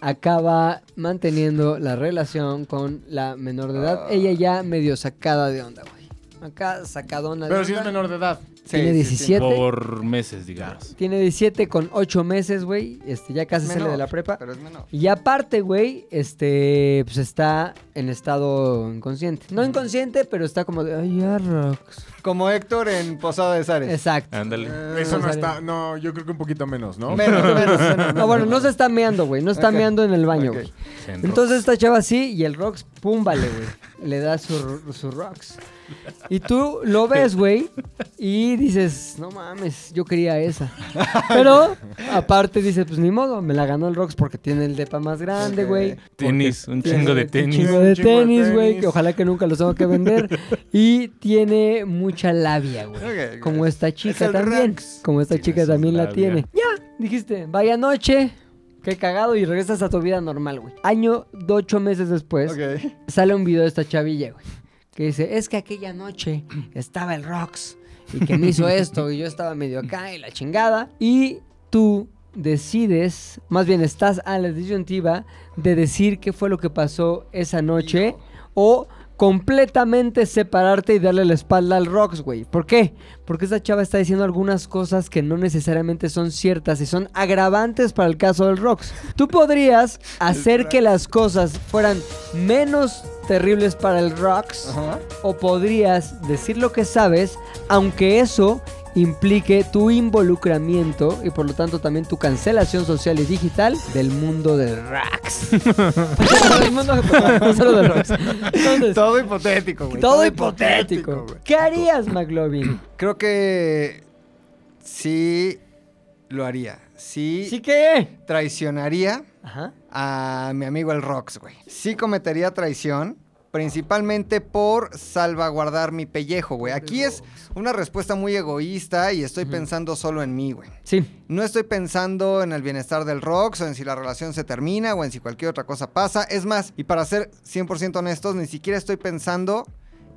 Speaker 1: acaba manteniendo la relación con la menor de edad. Ella ya medio sacada de onda, güey. Acá sacadona de
Speaker 2: Pero
Speaker 1: onda.
Speaker 2: si es menor de edad.
Speaker 1: Tiene 17.
Speaker 3: Por meses, digamos.
Speaker 1: Tiene 17 con 8 meses, güey. Este, ya casi sale de la prepa.
Speaker 4: Pero es menor.
Speaker 1: Y aparte, güey, este, pues está en estado inconsciente. No inconsciente, pero está como de, ay, ya, Rox.
Speaker 4: Como Héctor en Posada de Zares.
Speaker 1: Exacto.
Speaker 3: Ándale.
Speaker 2: Eh, Eso no
Speaker 1: sale.
Speaker 2: está. No, yo creo que un poquito menos, ¿no?
Speaker 4: Menos, menos, menos.
Speaker 1: No, bueno, no se está meando, güey. No está
Speaker 4: Ok.
Speaker 1: meando en el baño,
Speaker 4: Ok.
Speaker 1: güey.
Speaker 3: Se enro-
Speaker 1: Entonces esta chava sí y el Rox, pum, vale, güey. Le da su, su Rox. Y tú lo ves, güey, y dices, no mames, yo quería esa. Pero aparte dices, pues ni modo, me la ganó el Rox porque tiene el depa más grande,
Speaker 4: Ok.
Speaker 1: güey.
Speaker 3: Tenis, un
Speaker 1: Tiene
Speaker 3: chingo de
Speaker 1: un
Speaker 3: tenis.
Speaker 1: Chingo de
Speaker 2: Un chingo de
Speaker 1: tenis, güey,
Speaker 2: tenis.
Speaker 1: que ojalá que nunca los tenga que vender. Y tiene mucha labia, güey.
Speaker 4: Ok,
Speaker 1: Como
Speaker 4: güey.
Speaker 1: esta chica
Speaker 4: el
Speaker 1: también.
Speaker 4: Rox.
Speaker 1: Como esta
Speaker 3: Tiene
Speaker 1: chica
Speaker 3: sus
Speaker 1: también la
Speaker 3: labia.
Speaker 1: tiene. Ya, dijiste, vaya noche. Qué cagado y regresas a tu vida normal, güey. Año de ocho meses después,
Speaker 4: Ok.
Speaker 1: sale un video de esta chavilla, güey. Que dice, es que aquella noche estaba el Rox y que me hizo esto y yo estaba medio acá y la chingada. Y tú decides, más bien estás a la disyuntiva de decir qué fue lo que pasó esa noche o completamente separarte y darle la espalda al Rox, güey. ¿Por qué? Porque esta chava está diciendo algunas cosas que no necesariamente son ciertas y son agravantes para el caso del Rox. Tú podrías hacer que las cosas fueran menos terribles para el Rox o podrías decir lo que sabes, aunque eso implique tu involucramiento y por lo tanto también tu cancelación social y digital del mundo del Rax. Del mundo- perdón, no solo del Rax. Entonces, todo,
Speaker 4: Todo hipotético, güey.
Speaker 1: hipotético. ¿Qué harías, McLovin?
Speaker 4: Creo que sí lo haría. Sí,
Speaker 1: ¿Sí qué?
Speaker 4: traicionaría
Speaker 1: Ajá.
Speaker 4: a mi amigo el Rox, güey. Sí cometería traición, principalmente por salvaguardar mi pellejo, güey. Aquí es una respuesta muy egoísta y estoy pensando solo en mí, güey.
Speaker 1: Sí.
Speaker 4: No estoy pensando en el bienestar del Rox o en si la relación se termina o en si cualquier otra cosa pasa. Es más, y para ser 100% honestos, ni siquiera estoy pensando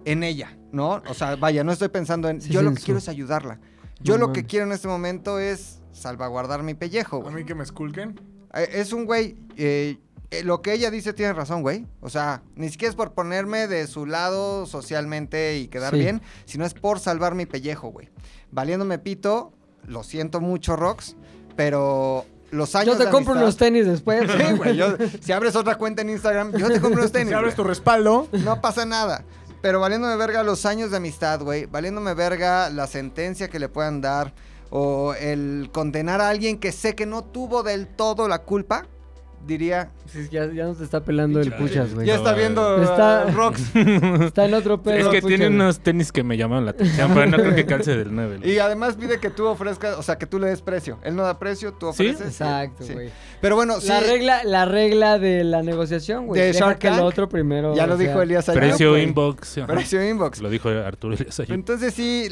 Speaker 4: en ella, ¿no? O sea, vaya, no estoy pensando en...
Speaker 1: Sí,
Speaker 4: yo
Speaker 1: sí,
Speaker 4: lo
Speaker 1: en
Speaker 4: que
Speaker 1: su-
Speaker 4: quiero es ayudarla. Yo
Speaker 1: No
Speaker 4: lo que
Speaker 1: mames.
Speaker 4: quiero en este momento es salvaguardar mi pellejo,
Speaker 2: A
Speaker 4: güey.
Speaker 2: mí que me esculquen.
Speaker 4: Eh, Es un güey... eh, eh, lo que ella dice tiene razón, güey. O sea, ni siquiera es por ponerme de su lado socialmente y quedar
Speaker 1: Sí.
Speaker 4: bien, sino es por salvar mi pellejo, güey. Valiéndome pito, lo siento mucho, Rox, pero los años
Speaker 1: Yo te
Speaker 4: de
Speaker 1: compro unos
Speaker 4: amistad-
Speaker 1: tenis después.
Speaker 4: Sí, güey, yo- si abres otra cuenta en Instagram, yo te compro unos tenis.
Speaker 2: Si abres tu
Speaker 4: güey.
Speaker 2: respaldo.
Speaker 4: No pasa nada. Pero valiéndome verga los años de amistad, güey. Valiéndome verga la sentencia que le puedan dar. O el condenar a alguien que sé que no tuvo del todo la culpa. Diría.
Speaker 1: Sí, ya, ya nos está pelando el puchas, güey.
Speaker 4: Ya está viendo
Speaker 1: Está-
Speaker 4: uh, Rox.
Speaker 1: Está en otro pedo.
Speaker 3: es que
Speaker 1: puchas,
Speaker 3: tiene
Speaker 1: güey.
Speaker 3: unos tenis que me llamaron la atención, pero no creo que calce del 9.
Speaker 4: Y además pide que tú ofrezcas, o sea, que tú le des precio. Él no da precio, tú
Speaker 3: Sí,
Speaker 4: ofreces.
Speaker 1: Exacto,
Speaker 4: Sí.
Speaker 1: güey.
Speaker 4: Pero bueno, sí.
Speaker 1: La regla, la regla de la negociación, güey.
Speaker 4: De
Speaker 1: Deja
Speaker 4: Shark
Speaker 1: que el
Speaker 4: Tank.
Speaker 1: otro primero.
Speaker 4: Ya lo
Speaker 1: o sea,
Speaker 4: dijo Elías ayer.
Speaker 3: Precio
Speaker 4: güey.
Speaker 3: inbox. ajá.
Speaker 4: Precio inbox.
Speaker 3: Lo dijo Arturo Elías Ayub.
Speaker 4: Entonces sí,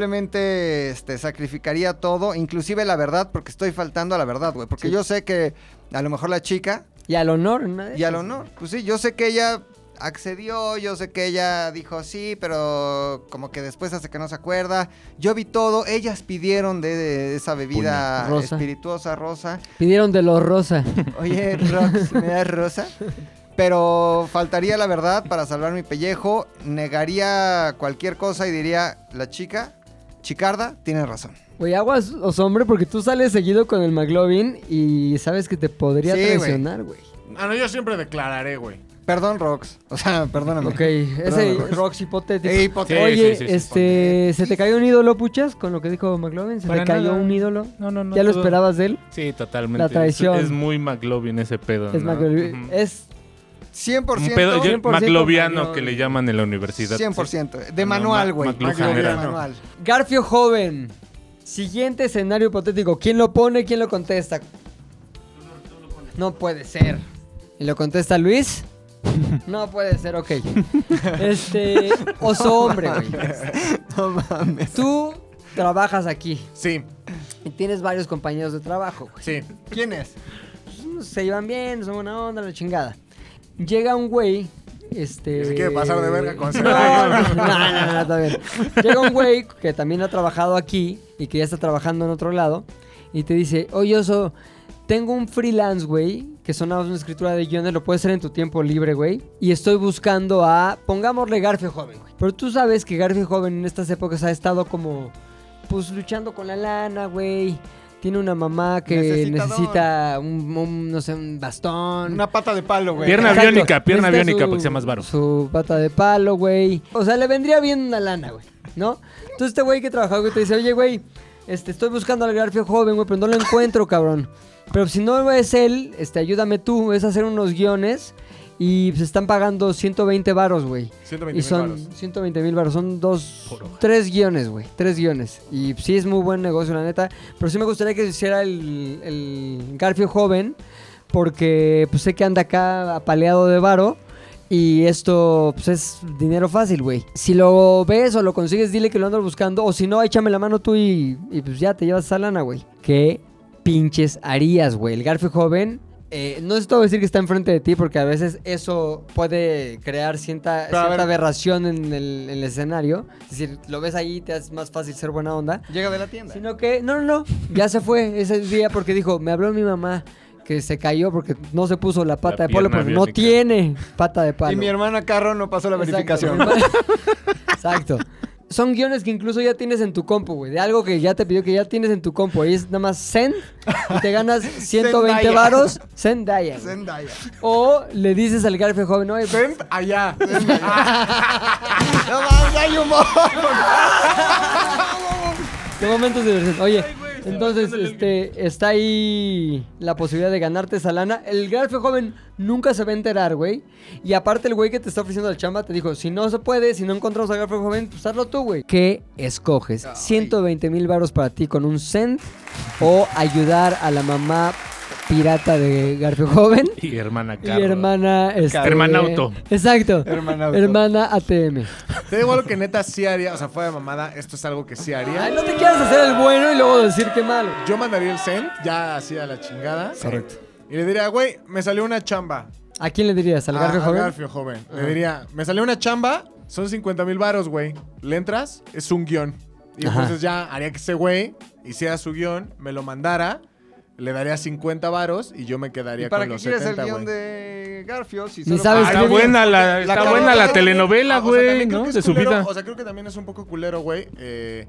Speaker 4: lamentablemente este, sacrificaría todo, inclusive la verdad, porque estoy faltando a la verdad, güey. Porque
Speaker 1: Sí.
Speaker 4: yo sé que a lo mejor la chica
Speaker 1: Y al honor, ¿no?
Speaker 4: y al honor, pues sí, yo sé que ella accedió, yo sé que ella dijo sí, pero como que después hace que no se acuerda. Yo vi todo, ellas pidieron de, de esa bebida
Speaker 1: Puño. Rosa.
Speaker 4: espirituosa rosa.
Speaker 1: Pidieron de los rosa.
Speaker 4: Oye, Rox, ¿me das rosa? Pero faltaría la verdad para salvar mi pellejo. Negaría cualquier cosa y diría, la chica, chicarda, tiene razón.
Speaker 1: Güey, aguas os hombre, porque tú sales seguido con el McLovin y sabes que te podría
Speaker 4: Sí, güey.
Speaker 1: traicionar, güey.
Speaker 2: Ah, no, yo siempre declararé, güey.
Speaker 4: Perdón, Rox. O sea, perdóname.
Speaker 1: Ok, ese
Speaker 4: Rox.
Speaker 1: Rox hipotético.
Speaker 4: Eh, hipote-
Speaker 3: Sí,
Speaker 1: Oye,
Speaker 3: sí, sí, sí,
Speaker 1: este, ¿se te cayó un ídolo, Puchas? Con lo que dijo McLovin, ¿se
Speaker 3: Para
Speaker 1: te cayó
Speaker 3: nada.
Speaker 1: un ídolo?
Speaker 3: No, no, no.
Speaker 1: ¿Ya lo
Speaker 3: todo-
Speaker 1: esperabas de él?
Speaker 3: Sí, totalmente.
Speaker 1: La traición.
Speaker 3: Es, es muy McLovin ese pedo.
Speaker 1: Es
Speaker 3: ¿no?
Speaker 1: McLovin.
Speaker 3: Ujú.
Speaker 1: Es
Speaker 4: 100%.
Speaker 3: Un pedo yo-
Speaker 1: 100%
Speaker 3: McLoviano
Speaker 1: McLovin.
Speaker 3: que le llaman en la universidad.
Speaker 4: 100%. De
Speaker 3: No,
Speaker 4: manual,
Speaker 3: Ma-
Speaker 4: güey. Ah,
Speaker 3: McLuhan
Speaker 4: de
Speaker 2: era.
Speaker 4: manual.
Speaker 1: Garfio joven. Siguiente escenario hipotético. ¿Quién lo pone? ¿Quién lo contesta? No puede ser. ¿Y lo contesta Luis? No puede ser, ok. Este. Oso hombre, güey.
Speaker 4: No mames.
Speaker 1: Tú trabajas aquí
Speaker 2: Sí,
Speaker 1: y tienes varios compañeros de trabajo, güey.
Speaker 2: sí.
Speaker 4: ¿Quién es?
Speaker 1: pues, Se llevan bien, son buena onda, la chingada. Llega un güey. Este.
Speaker 2: Que se quiere pasar de verga con
Speaker 1: no,
Speaker 2: ese
Speaker 1: no,
Speaker 2: güey.
Speaker 1: no, no, no, está bien. Llega un güey que también ha trabajado aquí y que ya está trabajando en otro lado y te dice: Oye, oso, tengo un freelance, güey, que son nada más una escritura de guiones, lo puedes hacer en tu tiempo libre, güey. Y estoy buscando a. Pongámosle Garfio Joven, güey. Pero tú sabes que Garfio Joven en estas épocas ha estado como. Pues luchando con la lana, güey. Tiene una mamá que
Speaker 4: Necesitador.
Speaker 1: necesita un, un, no sé, un bastón.
Speaker 4: Una pata de palo, güey.
Speaker 3: Pierna
Speaker 1: Exacto.
Speaker 3: biónica, pierna
Speaker 1: Necesita
Speaker 3: biónica,
Speaker 1: su-
Speaker 3: porque sea más varo.
Speaker 1: Su pata de palo, güey. O sea, le vendría bien una lana, güey, ¿no? Entonces este güey que trabajaba, güey, te dice, oye, güey, este, estoy buscando al Garfio joven, güey, pero no lo encuentro, cabrón. Pero si no es él, este, ayúdame tú, es hacer unos guiones y se están pagando 120 varos, güey.
Speaker 2: 120
Speaker 1: Y son
Speaker 2: mil varos.
Speaker 1: 120 mil baros, son dos,
Speaker 3: Por hoja.
Speaker 1: tres guiones, güey, tres guiones. Y sí es muy buen negocio, la neta, pero sí me gustaría que se hiciera el, el Garfio joven, porque pues sé que anda acá apaleado de varo. Y esto pues, es dinero fácil, güey. Si lo ves o lo consigues, dile que lo andas buscando. O si no, échame la mano tú y, y, pues ya te llevas esa lana, güey. ¿Qué pinches harías, güey? El Garfio joven eh, no es todo decir que está enfrente de ti, porque a veces eso puede crear cierta,
Speaker 2: Pero a
Speaker 1: cierta
Speaker 2: ver.
Speaker 1: aberración en el, en el escenario. Es decir, lo ves ahí, te es más fácil ser buena onda.
Speaker 4: Llega de la tienda.
Speaker 1: Sino que, no, no, no, ya se fue ese día porque dijo, me habló mi mamá que se cayó porque no se puso la pata
Speaker 3: La
Speaker 1: de palo
Speaker 3: pierna
Speaker 1: porque no
Speaker 3: biónica.
Speaker 1: tiene pata de palo.
Speaker 4: y mi hermana Carro no pasó la verificación.
Speaker 1: Exacto. Exacto. Son guiones que incluso ya tienes en tu compu, güey. De algo que ya te pidió que ya tienes en tu compu. Ahí es nada más send y te ganas 120
Speaker 4: Zendaya.
Speaker 1: varos. Zendaya. güey.
Speaker 4: Zendaya.
Speaker 1: O le dices al Garfe joven, oye, pues, pero-
Speaker 2: Sent allá.
Speaker 4: No mames, hay humor.
Speaker 1: de momentos de diversión. Oye, entonces este, está ahí la posibilidad de ganarte esa lana. El Garfe joven nunca se va a enterar, güey. Y aparte el güey que te está ofreciendo el chamba te dijo, si no se puede, si no encontramos al Garfe joven, pues hazlo tú, güey. ¿Qué escoges? 120 mil varos para ti con un cent o ayudar a la mamá pirata de Garfe joven.
Speaker 3: Y hermana
Speaker 1: Y
Speaker 3: Carla.
Speaker 1: hermana... este,
Speaker 3: Hermanauto.
Speaker 1: Exacto.
Speaker 4: Hermanauto.
Speaker 1: Hermana ATM.
Speaker 2: Te digo algo que neta sí haría. O sea, fuera de mamada, esto es algo que sí
Speaker 1: Ay,
Speaker 2: haría.
Speaker 1: no te quieras hacer el bueno y luego decir que malo.
Speaker 2: Yo mandaría el send ya así a la chingada.
Speaker 4: Correcto.
Speaker 2: Y le diría, güey, me salió una chamba.
Speaker 1: ¿A quién le dirías? ¿Al
Speaker 2: A-
Speaker 1: Garfio
Speaker 2: a
Speaker 1: joven?
Speaker 2: Ah, Garfio joven. Le diría, me salió una chamba, son 50 mil varos, güey. Le entras, es un guión. Y
Speaker 1: Ajá.
Speaker 2: entonces ya haría que ese güey hiciera su guión, me lo mandara, le daría 50 varos y yo me quedaría
Speaker 4: ¿Y para
Speaker 2: con
Speaker 4: qué
Speaker 2: los
Speaker 4: quieres el
Speaker 2: 70,
Speaker 4: guión
Speaker 2: güey.
Speaker 4: de Garfio? Si
Speaker 1: Ni
Speaker 4: solo-
Speaker 1: sabes
Speaker 3: Ah,
Speaker 1: qué
Speaker 3: está
Speaker 1: bien.
Speaker 3: buena la, está
Speaker 4: Carla
Speaker 3: buena la
Speaker 4: Bruni.
Speaker 3: telenovela,
Speaker 2: Ah, o sea,
Speaker 3: güey,
Speaker 2: también creo
Speaker 3: ¿no?
Speaker 2: que es
Speaker 3: De su
Speaker 2: culero,
Speaker 3: vida.
Speaker 2: O sea, creo que también es un poco culero, güey. eh,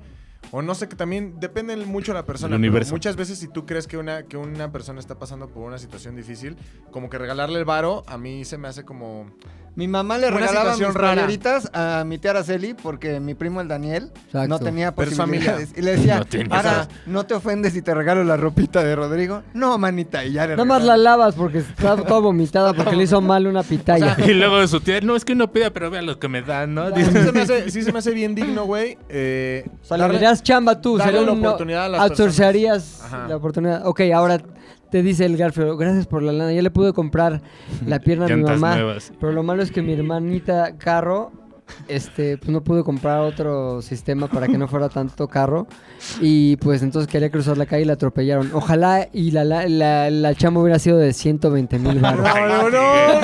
Speaker 2: o no sé, que también depende mucho de la persona.
Speaker 3: El
Speaker 2: pero
Speaker 3: universo.
Speaker 2: Muchas veces si tú crees que una, que una persona está pasando por una situación difícil, como que regalarle el varo, a mí se me hace como...
Speaker 4: Mi mamá le
Speaker 2: Una
Speaker 4: regalaba
Speaker 2: situación
Speaker 4: mis
Speaker 2: rara.
Speaker 4: playeritas a mi tía Araceli porque mi primo el Daniel
Speaker 1: Exacto.
Speaker 4: no tenía
Speaker 2: Pero es
Speaker 4: posibilidades. Y le decía,
Speaker 3: No tiene
Speaker 4: ahora,
Speaker 2: esas".
Speaker 4: ¿no te ofendes si te regalo la ropita de Rodrigo? No, manita, y ya le
Speaker 1: Nada más la
Speaker 4: regalaba.
Speaker 1: lavas porque está toda vomitada porque le hizo mal una pitaya.
Speaker 3: Y luego de su tía, no, es que no pida, pero vea lo que me dan, ¿no?
Speaker 2: Sí
Speaker 3: Dice-
Speaker 2: se me hace, sí se me hace bien digno, güey. eh,
Speaker 1: o sea, le
Speaker 2: darle-
Speaker 1: darías chamba tú.
Speaker 2: darle
Speaker 1: sería
Speaker 2: la
Speaker 1: un- no-
Speaker 2: oportunidad a las
Speaker 1: outsourcearías
Speaker 2: Ajá.
Speaker 1: la oportunidad. Ok, ahora te dice el Garfio, gracias por la lana. Ya le pude comprar la pierna a mi
Speaker 3: Llantas
Speaker 1: mamá.
Speaker 3: nuevas.
Speaker 1: Pero lo malo es que mi hermanita Carro... Este, pues no pudo comprar otro sistema para que no fuera tanto carro. Y pues entonces quería cruzar la calle y la atropellaron. Ojalá y la, la, la, la chamba hubiera sido de 120 mil baros.
Speaker 2: No, no,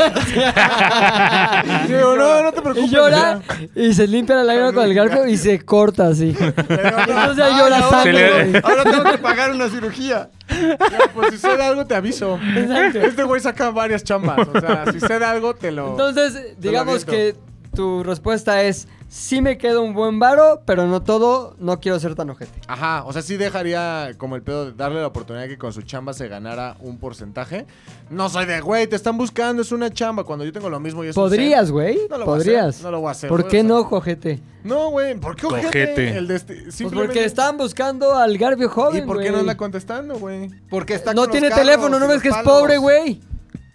Speaker 2: no. Digo, no, no te preocupes.
Speaker 1: Y llora y se limpia la lágrima con el garfio y se corta así. Entonces
Speaker 2: ah,
Speaker 1: ya llora
Speaker 4: ahora,
Speaker 1: sangre.
Speaker 3: le-
Speaker 1: güey.
Speaker 4: ahora tengo que pagar una cirugía.
Speaker 2: Ya, Pues si sé de algo, te aviso. Este güey saca varias chambas. O sea, si sé de algo, te lo. Oh.
Speaker 1: Entonces, digamos
Speaker 2: aviento.
Speaker 1: que tu respuesta es: sí me queda un buen varo, pero no todo, no quiero ser tan ojete.
Speaker 2: Ajá, o sea, sí dejaría como el pedo de darle la oportunidad que con su chamba se ganara un porcentaje. No soy de, güey, te están buscando, es una chamba. Cuando yo tengo lo mismo y es un
Speaker 1: Podrías,
Speaker 2: cero.
Speaker 1: güey.
Speaker 2: No lo voy a hacer,
Speaker 1: Podrías.
Speaker 2: no lo voy a hacer,
Speaker 1: ¿Por
Speaker 2: güey,
Speaker 1: qué
Speaker 2: o sea.
Speaker 1: no, cojete?
Speaker 2: No, güey, ¿por qué ojete?
Speaker 3: Ojete.
Speaker 2: El desti-
Speaker 1: Pues
Speaker 2: simplemente-
Speaker 1: porque estaban buscando al garfio
Speaker 2: ¿Y
Speaker 1: joven.
Speaker 2: por qué no
Speaker 1: güey.
Speaker 2: anda contestando, güey?
Speaker 4: Porque está
Speaker 1: No
Speaker 4: con los
Speaker 1: tiene
Speaker 4: carros
Speaker 1: teléfono, no
Speaker 4: y
Speaker 1: ves
Speaker 4: los
Speaker 1: que es
Speaker 4: palos.
Speaker 1: pobre, güey.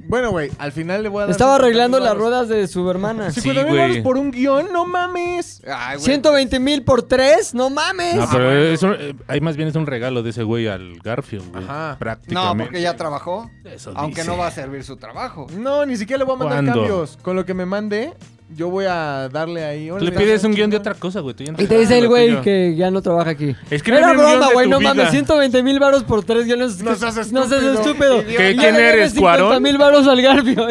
Speaker 2: Bueno, güey, al final le voy a dar.
Speaker 1: Estaba
Speaker 2: 50 mil
Speaker 1: arreglando las
Speaker 2: varos.
Speaker 1: ruedas de su hermana.
Speaker 3: Sí,
Speaker 2: 50 mil
Speaker 3: güey.
Speaker 2: varos por un guión, no mames.
Speaker 4: Ay, güey.
Speaker 1: 120 mil por tres, no mames.
Speaker 3: No, pero es un- eh, ahí más bien es un regalo de ese güey al Garfield, güey.
Speaker 2: Ajá.
Speaker 3: Prácticamente.
Speaker 4: No, porque ya trabajó.
Speaker 3: Eso
Speaker 4: Aunque
Speaker 3: dice.
Speaker 4: no va a servir su trabajo.
Speaker 2: No, ni siquiera le voy a mandar
Speaker 3: ¿Cuándo?
Speaker 2: cambios. Con lo que me mande, yo voy a darle ahí.
Speaker 3: Tú
Speaker 2: órale,
Speaker 3: le pides un
Speaker 2: chinga.
Speaker 3: guión de otra cosa, güey. tú ya no
Speaker 1: Y te
Speaker 3: sabes
Speaker 1: dice el
Speaker 3: lo
Speaker 1: güey
Speaker 3: tuyo.
Speaker 1: que ya no trabaja aquí.
Speaker 3: Escríbeme
Speaker 1: Era
Speaker 3: un guión
Speaker 1: broma,
Speaker 3: de
Speaker 1: güey,
Speaker 3: tu
Speaker 1: no
Speaker 3: vida.
Speaker 1: mames, 120 mil varos por tres guiones.
Speaker 2: No seas
Speaker 1: No seas
Speaker 2: estúpido.
Speaker 1: estúpido.
Speaker 2: Idiota.
Speaker 3: ¿Qué? ¿Quién eres, Cuarón?
Speaker 1: mil varos al Garfio.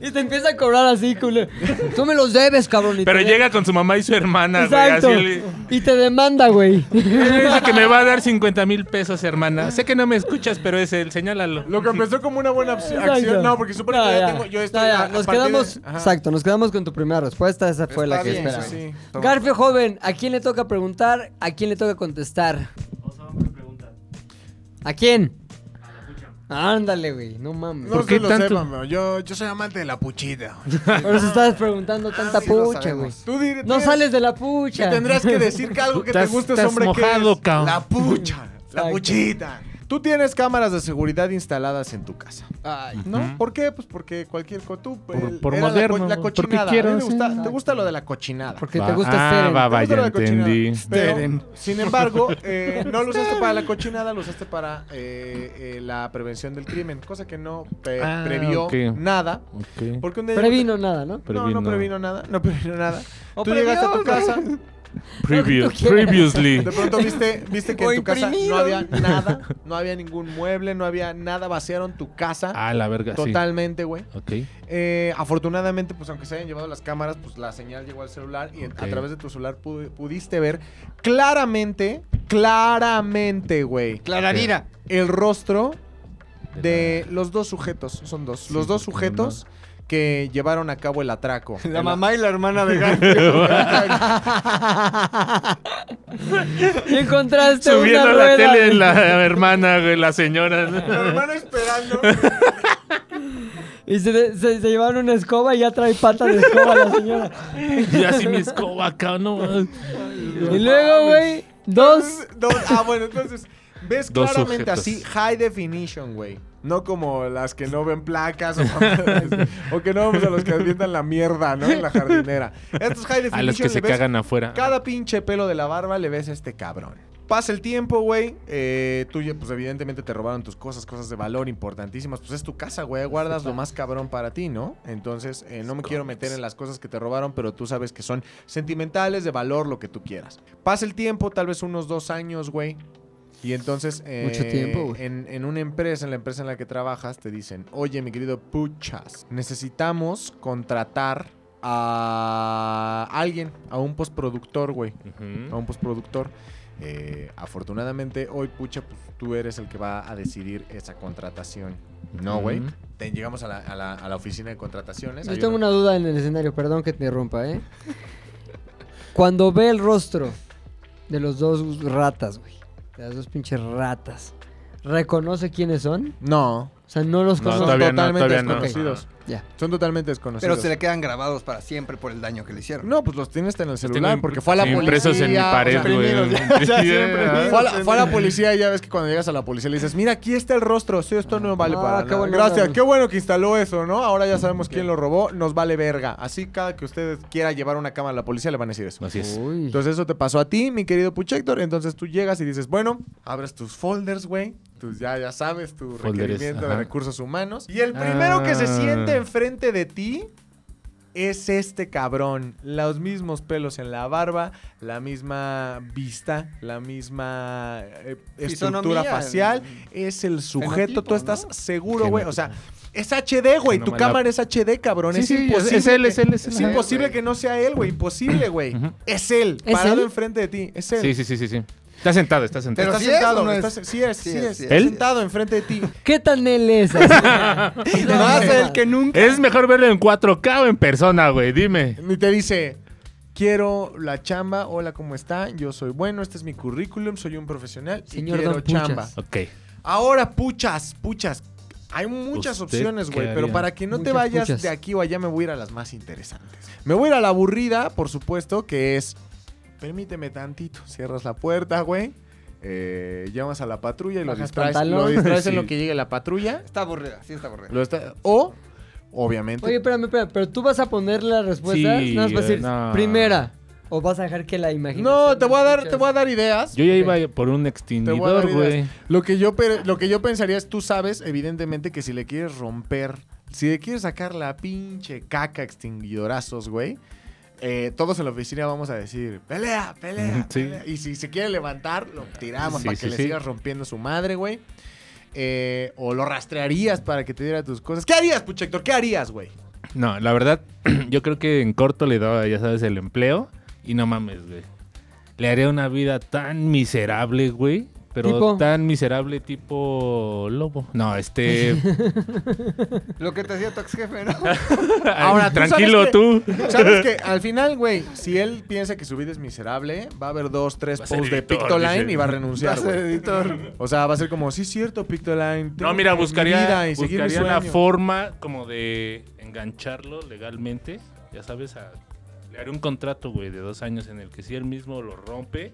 Speaker 1: y te empieza a cobrar así, culo. Tú me los debes, cabrón. y
Speaker 3: Pero
Speaker 1: te-
Speaker 3: llega con su mamá y su hermana, güey.
Speaker 1: Exacto.
Speaker 3: Así le-
Speaker 1: Y te demanda, güey.
Speaker 3: Es el que me va a dar 50 mil pesos, hermana. Sé que no me escuchas, pero es él. Señálalo.
Speaker 2: Lo que empezó como una buena opci- acción. No, porque supongo
Speaker 1: No,
Speaker 2: que ya,
Speaker 1: ya.
Speaker 2: tengo. Yo estoy.
Speaker 1: No, ya,
Speaker 2: a- a
Speaker 1: Nos
Speaker 2: partir de-
Speaker 1: quedamos.
Speaker 2: Ajá.
Speaker 1: Exacto, nos quedamos con tu primera respuesta. Esa fue
Speaker 4: Está
Speaker 1: la que
Speaker 4: bien,
Speaker 1: esperaba.
Speaker 2: sí, sí.
Speaker 4: Toma.
Speaker 1: Garfio joven, ¿a quién le toca preguntar? ¿A quién le toca contestar? ¿A quién? Ándale, güey, no mames.
Speaker 2: No
Speaker 3: ¿Por
Speaker 2: se
Speaker 3: qué
Speaker 2: lo
Speaker 3: tanto?
Speaker 2: sepan, bro. yo, yo soy amante de la puchita.
Speaker 1: Por eso estás preguntando tanta
Speaker 4: sí lo
Speaker 1: pucha, güey.
Speaker 4: sabemos.
Speaker 2: Tú dir-
Speaker 1: No
Speaker 2: tienes-
Speaker 1: sales de la
Speaker 2: que
Speaker 1: pucha.
Speaker 2: tendrás que decir que algo que te
Speaker 3: Estás-
Speaker 2: guste es
Speaker 3: estás
Speaker 2: hombre
Speaker 3: mojado,
Speaker 2: que es
Speaker 3: cabrón.
Speaker 2: la pucha, la
Speaker 1: Exacto.
Speaker 2: puchita. Tú tienes cámaras de seguridad instaladas en tu casa.
Speaker 1: Ay.
Speaker 2: ¿No?
Speaker 3: Ujú.
Speaker 2: ¿Por qué? Pues porque cualquier co tú,
Speaker 3: Por-
Speaker 2: el-
Speaker 3: por
Speaker 2: era la
Speaker 3: moderno,
Speaker 2: co- la,
Speaker 3: porque
Speaker 2: cochinada. A mí
Speaker 3: quiero,
Speaker 2: me
Speaker 3: sí.
Speaker 2: gusta- te gusta lo de la cochinada.
Speaker 1: Porque
Speaker 3: Va.
Speaker 1: te gusta
Speaker 3: Ah,
Speaker 1: Seren.
Speaker 3: va, va,
Speaker 2: Te gusta
Speaker 3: ya
Speaker 2: lo de cochinada.
Speaker 3: entendí.
Speaker 2: Pero,
Speaker 4: Esperen.
Speaker 2: sin embargo, eh, no lo usaste para la cochinada, lo usaste para eh, eh, la prevención del crimen, cosa que no pre-
Speaker 3: Ah,
Speaker 2: previó
Speaker 3: ok.
Speaker 2: nada.
Speaker 3: Ok.
Speaker 2: Porque un día
Speaker 1: Previno nada, ¿no?
Speaker 2: No, no previno nada. No previno nada. Tú llegaste a tu
Speaker 1: premium,
Speaker 2: casa,
Speaker 3: Preview-
Speaker 1: Lo que tú quieras.
Speaker 3: previously.
Speaker 2: de pronto viste, viste que
Speaker 1: O
Speaker 2: en tu casa no
Speaker 1: imprimido.
Speaker 2: había nada, no había ningún mueble, no había nada, vaciaron tu casa
Speaker 3: Ah, la verga, sí.
Speaker 2: totalmente, güey.
Speaker 3: Ok.
Speaker 2: Eh, afortunadamente, pues aunque se hayan llevado las cámaras, pues la señal llegó al celular y
Speaker 3: Ok.
Speaker 2: a través de tu celular pu- pudiste ver claramente, claramente, güey,
Speaker 4: Clararira.
Speaker 2: el rostro de los dos sujetos. Son dos. los dos
Speaker 3: porque
Speaker 2: sujetos que llevaron a cabo el atraco.
Speaker 4: La
Speaker 2: El-
Speaker 4: mamá y la hermana de Garfield.
Speaker 1: Y encontraste
Speaker 3: Subiendo
Speaker 1: una
Speaker 3: la
Speaker 1: rueda.
Speaker 3: tele de la hermana, güey, la señora.
Speaker 2: La hermana esperando.
Speaker 1: Y se, se- se llevaron una escoba y ya trae pata de escoba la señora.
Speaker 3: Y así mi escoba acá, ¿no?
Speaker 1: Y luego, güey, dos.
Speaker 2: Dos- Ah, bueno, entonces. Ves
Speaker 3: Dos
Speaker 2: claramente
Speaker 3: sujetos.
Speaker 2: así, high definition, güey. No como las que no ven placas o, mamadas, o que no vemos a los que avientan la mierda, ¿no? En la jardinera. Estos high definition.
Speaker 3: A los que
Speaker 2: le
Speaker 3: se
Speaker 2: ves
Speaker 3: cagan afuera.
Speaker 2: Cada pinche pelo de la barba le ves a este cabrón. Pasa el tiempo, güey. Eh, tú, ya, pues evidentemente te robaron tus cosas, cosas de valor importantísimas. Pues es tu casa, güey. Guardas lo más cabrón para ti, ¿no? Entonces, eh, no me quiero meter en las cosas que te robaron, pero tú sabes que son sentimentales, de valor, lo que tú quieras. Pasa el tiempo, tal vez unos dos años, güey. Y entonces, eh,
Speaker 1: Mucho tiempo, güey.
Speaker 2: en, en una empresa, en la empresa en la que trabajas, te dicen, oye, mi querido Puchas, necesitamos contratar a alguien, a un postproductor, güey, a
Speaker 3: Ujú.
Speaker 2: un postproductor. Eh, afortunadamente, hoy, Pucha, pues, tú eres el que va a decidir esa contratación. No, güey.
Speaker 3: Ujú.
Speaker 2: Te- Llegamos a la, a la- a la oficina de contrataciones.
Speaker 1: Yo
Speaker 2: hay
Speaker 1: tengo
Speaker 2: una-
Speaker 1: una duda en el escenario, perdón que te interrumpa, ¿eh? Cuando ve el rostro de los dos ratas, güey, de las dos pinches ratas, ¿reconoce quiénes son?
Speaker 2: No,
Speaker 1: O sea, no los
Speaker 3: No,
Speaker 1: conoce.
Speaker 3: todavía no,
Speaker 2: totalmente
Speaker 3: todavía no.
Speaker 2: desconocidos.
Speaker 1: Ya.
Speaker 2: son totalmente desconocidos.
Speaker 4: Pero se le quedan grabados para siempre por el daño que le hicieron.
Speaker 2: No, pues los tienes en el
Speaker 3: tengo
Speaker 2: celular
Speaker 3: imp-
Speaker 2: porque fue a la policía.
Speaker 3: Impresos en Este, mi
Speaker 2: o sea,
Speaker 3: pared, güey.
Speaker 2: Fue a, la, fue a la policía y ya ves que cuando llegas a la policía le dices, mira, aquí está el rostro, sí, esto no vale
Speaker 1: Ah,
Speaker 2: para
Speaker 1: qué
Speaker 2: nada.
Speaker 1: buena
Speaker 2: Gracias,
Speaker 1: onda.
Speaker 2: qué bueno que instaló eso, ¿no? Ahora ya sabemos quién lo robó, nos vale verga. Así cada que usted quiera llevar una cámara a la policía le van a decir eso.
Speaker 3: Así es.
Speaker 1: Uy.
Speaker 2: Entonces eso te pasó a ti, mi querido Puchector. Entonces tú llegas y dices, bueno, abres tus folders, güey. Tus, ya, ya sabes, tu
Speaker 3: Folders,
Speaker 2: requerimiento de
Speaker 3: ajá.
Speaker 2: recursos humanos. Y el primero que se
Speaker 3: Ah.
Speaker 2: siente enfrente de ti es este cabrón. Los mismos pelos en la barba, la misma vista, la misma eh, estructura
Speaker 4: Fisonomía.
Speaker 2: facial. Es el sujeto.
Speaker 4: Fenotipo,
Speaker 2: tú estás
Speaker 4: ¿no?
Speaker 2: seguro, güey. O sea, es HD, güey. Tu
Speaker 3: Genoma Lab.
Speaker 2: cámara es HD, cabrón.
Speaker 3: Sí,
Speaker 2: es
Speaker 3: sí, es-
Speaker 2: imposible.
Speaker 3: es él,
Speaker 2: que-
Speaker 3: es él, es él. Ajá,
Speaker 2: imposible
Speaker 4: güey.
Speaker 2: que no sea él, güey. Imposible, güey.
Speaker 3: Ujú.
Speaker 2: Es él.
Speaker 1: ¿Es
Speaker 2: parado
Speaker 1: él?
Speaker 2: enfrente de ti. Es él.
Speaker 3: Sí, sí, sí, sí, sí. Está sentado, está sentado.
Speaker 4: Pero
Speaker 2: Está
Speaker 4: sí es,
Speaker 2: sentado,
Speaker 4: ¿o no
Speaker 2: está-
Speaker 4: es?
Speaker 2: sí es, sí,
Speaker 4: Sí es,
Speaker 2: es.
Speaker 4: sí
Speaker 2: Está
Speaker 3: es.
Speaker 2: sentado enfrente de ti.
Speaker 1: ¿Qué tan él es? así? No,
Speaker 4: Más
Speaker 1: no,
Speaker 4: el
Speaker 1: no.
Speaker 4: que nunca.
Speaker 3: Es mejor verlo en 4K o en persona, güey. Dime.
Speaker 2: Y te dice, quiero la chamba, hola, ¿cómo está? Yo soy bueno, este es mi currículum, soy un profesional
Speaker 1: Señor
Speaker 2: y quiero
Speaker 1: Don Puchas.
Speaker 2: chamba.
Speaker 3: Ok.
Speaker 2: Ahora, puchas, puchas. Hay muchas
Speaker 3: ¿Usted
Speaker 2: opciones,
Speaker 3: qué
Speaker 2: güey, pero
Speaker 3: haría?
Speaker 2: para que no te
Speaker 1: Muchas
Speaker 2: vayas
Speaker 1: puchas.
Speaker 2: de aquí o allá, me voy a ir a las más interesantes. Me voy a ir a la aburrida, por supuesto, que es... Permíteme tantito, cierras la puerta, güey. eh, llamas a la patrulla y lo
Speaker 1: Bajas
Speaker 2: distraes,
Speaker 1: pantalón.
Speaker 2: lo distraes en
Speaker 3: Sí.
Speaker 2: lo que llegue la patrulla.
Speaker 4: Está aburrida, sí está aburrida.
Speaker 2: Lo está- o, obviamente.
Speaker 1: Oye, espérame, espérame, pero tú vas a poner las respuestas.
Speaker 3: Sí,
Speaker 1: nada más vas a decir,
Speaker 3: no.
Speaker 1: primera. O vas a dejar que la imaginación.
Speaker 2: no, te voy a dar,
Speaker 1: de
Speaker 2: te voy a dar ideas.
Speaker 3: Yo ya iba por un
Speaker 2: Te voy a dar
Speaker 3: extinguidor,
Speaker 2: ideas.
Speaker 3: güey.
Speaker 2: Lo que yo pe- lo que yo pensaría es, tú sabes, evidentemente, que si le quieres romper, si le quieres sacar la pinche caca extinguidorazos, güey. eh, todos en la oficina vamos a decir, pelea, pelea,
Speaker 3: Ujú, sí.
Speaker 2: pelea". Y si se quiere levantar, lo tiramos
Speaker 3: Sí,
Speaker 2: para
Speaker 3: sí,
Speaker 2: que le
Speaker 3: sí.
Speaker 2: sigas rompiendo su madre, güey. Eh, o lo rastrearías para que te diera tus cosas. ¿Qué harías, Puchector? ¿Qué harías, güey?
Speaker 3: No, la verdad, yo creo que en corto le daba, ya sabes, el empleo. Y no mames, güey. Le haría una vida tan miserable, güey. Pero
Speaker 1: ¿Tipo?
Speaker 3: tan miserable tipo lobo. No, este...
Speaker 4: Lo que te decía tu ex jefe, ¿no?
Speaker 2: Ahora, ¿tú
Speaker 3: tranquilo
Speaker 2: sabes
Speaker 3: tú.
Speaker 2: Sabes que al final, güey, si él piensa que su vida es miserable, va a haber dos, tres
Speaker 3: Va a ser
Speaker 2: posts de
Speaker 3: editor,
Speaker 2: Pictoline
Speaker 3: dice.
Speaker 2: y va a renunciar.
Speaker 4: Va a ser
Speaker 2: güey. O sea, va a ser como, sí, es cierto, Pictoline. tengo
Speaker 3: No, mira,
Speaker 2: mi vida
Speaker 3: buscaría,
Speaker 2: y seguir mi
Speaker 3: buscaría una
Speaker 2: sueño".
Speaker 3: forma como de engancharlo legalmente. Ya sabes, a- le haré un contrato, güey, de dos años en el que si él mismo lo rompe,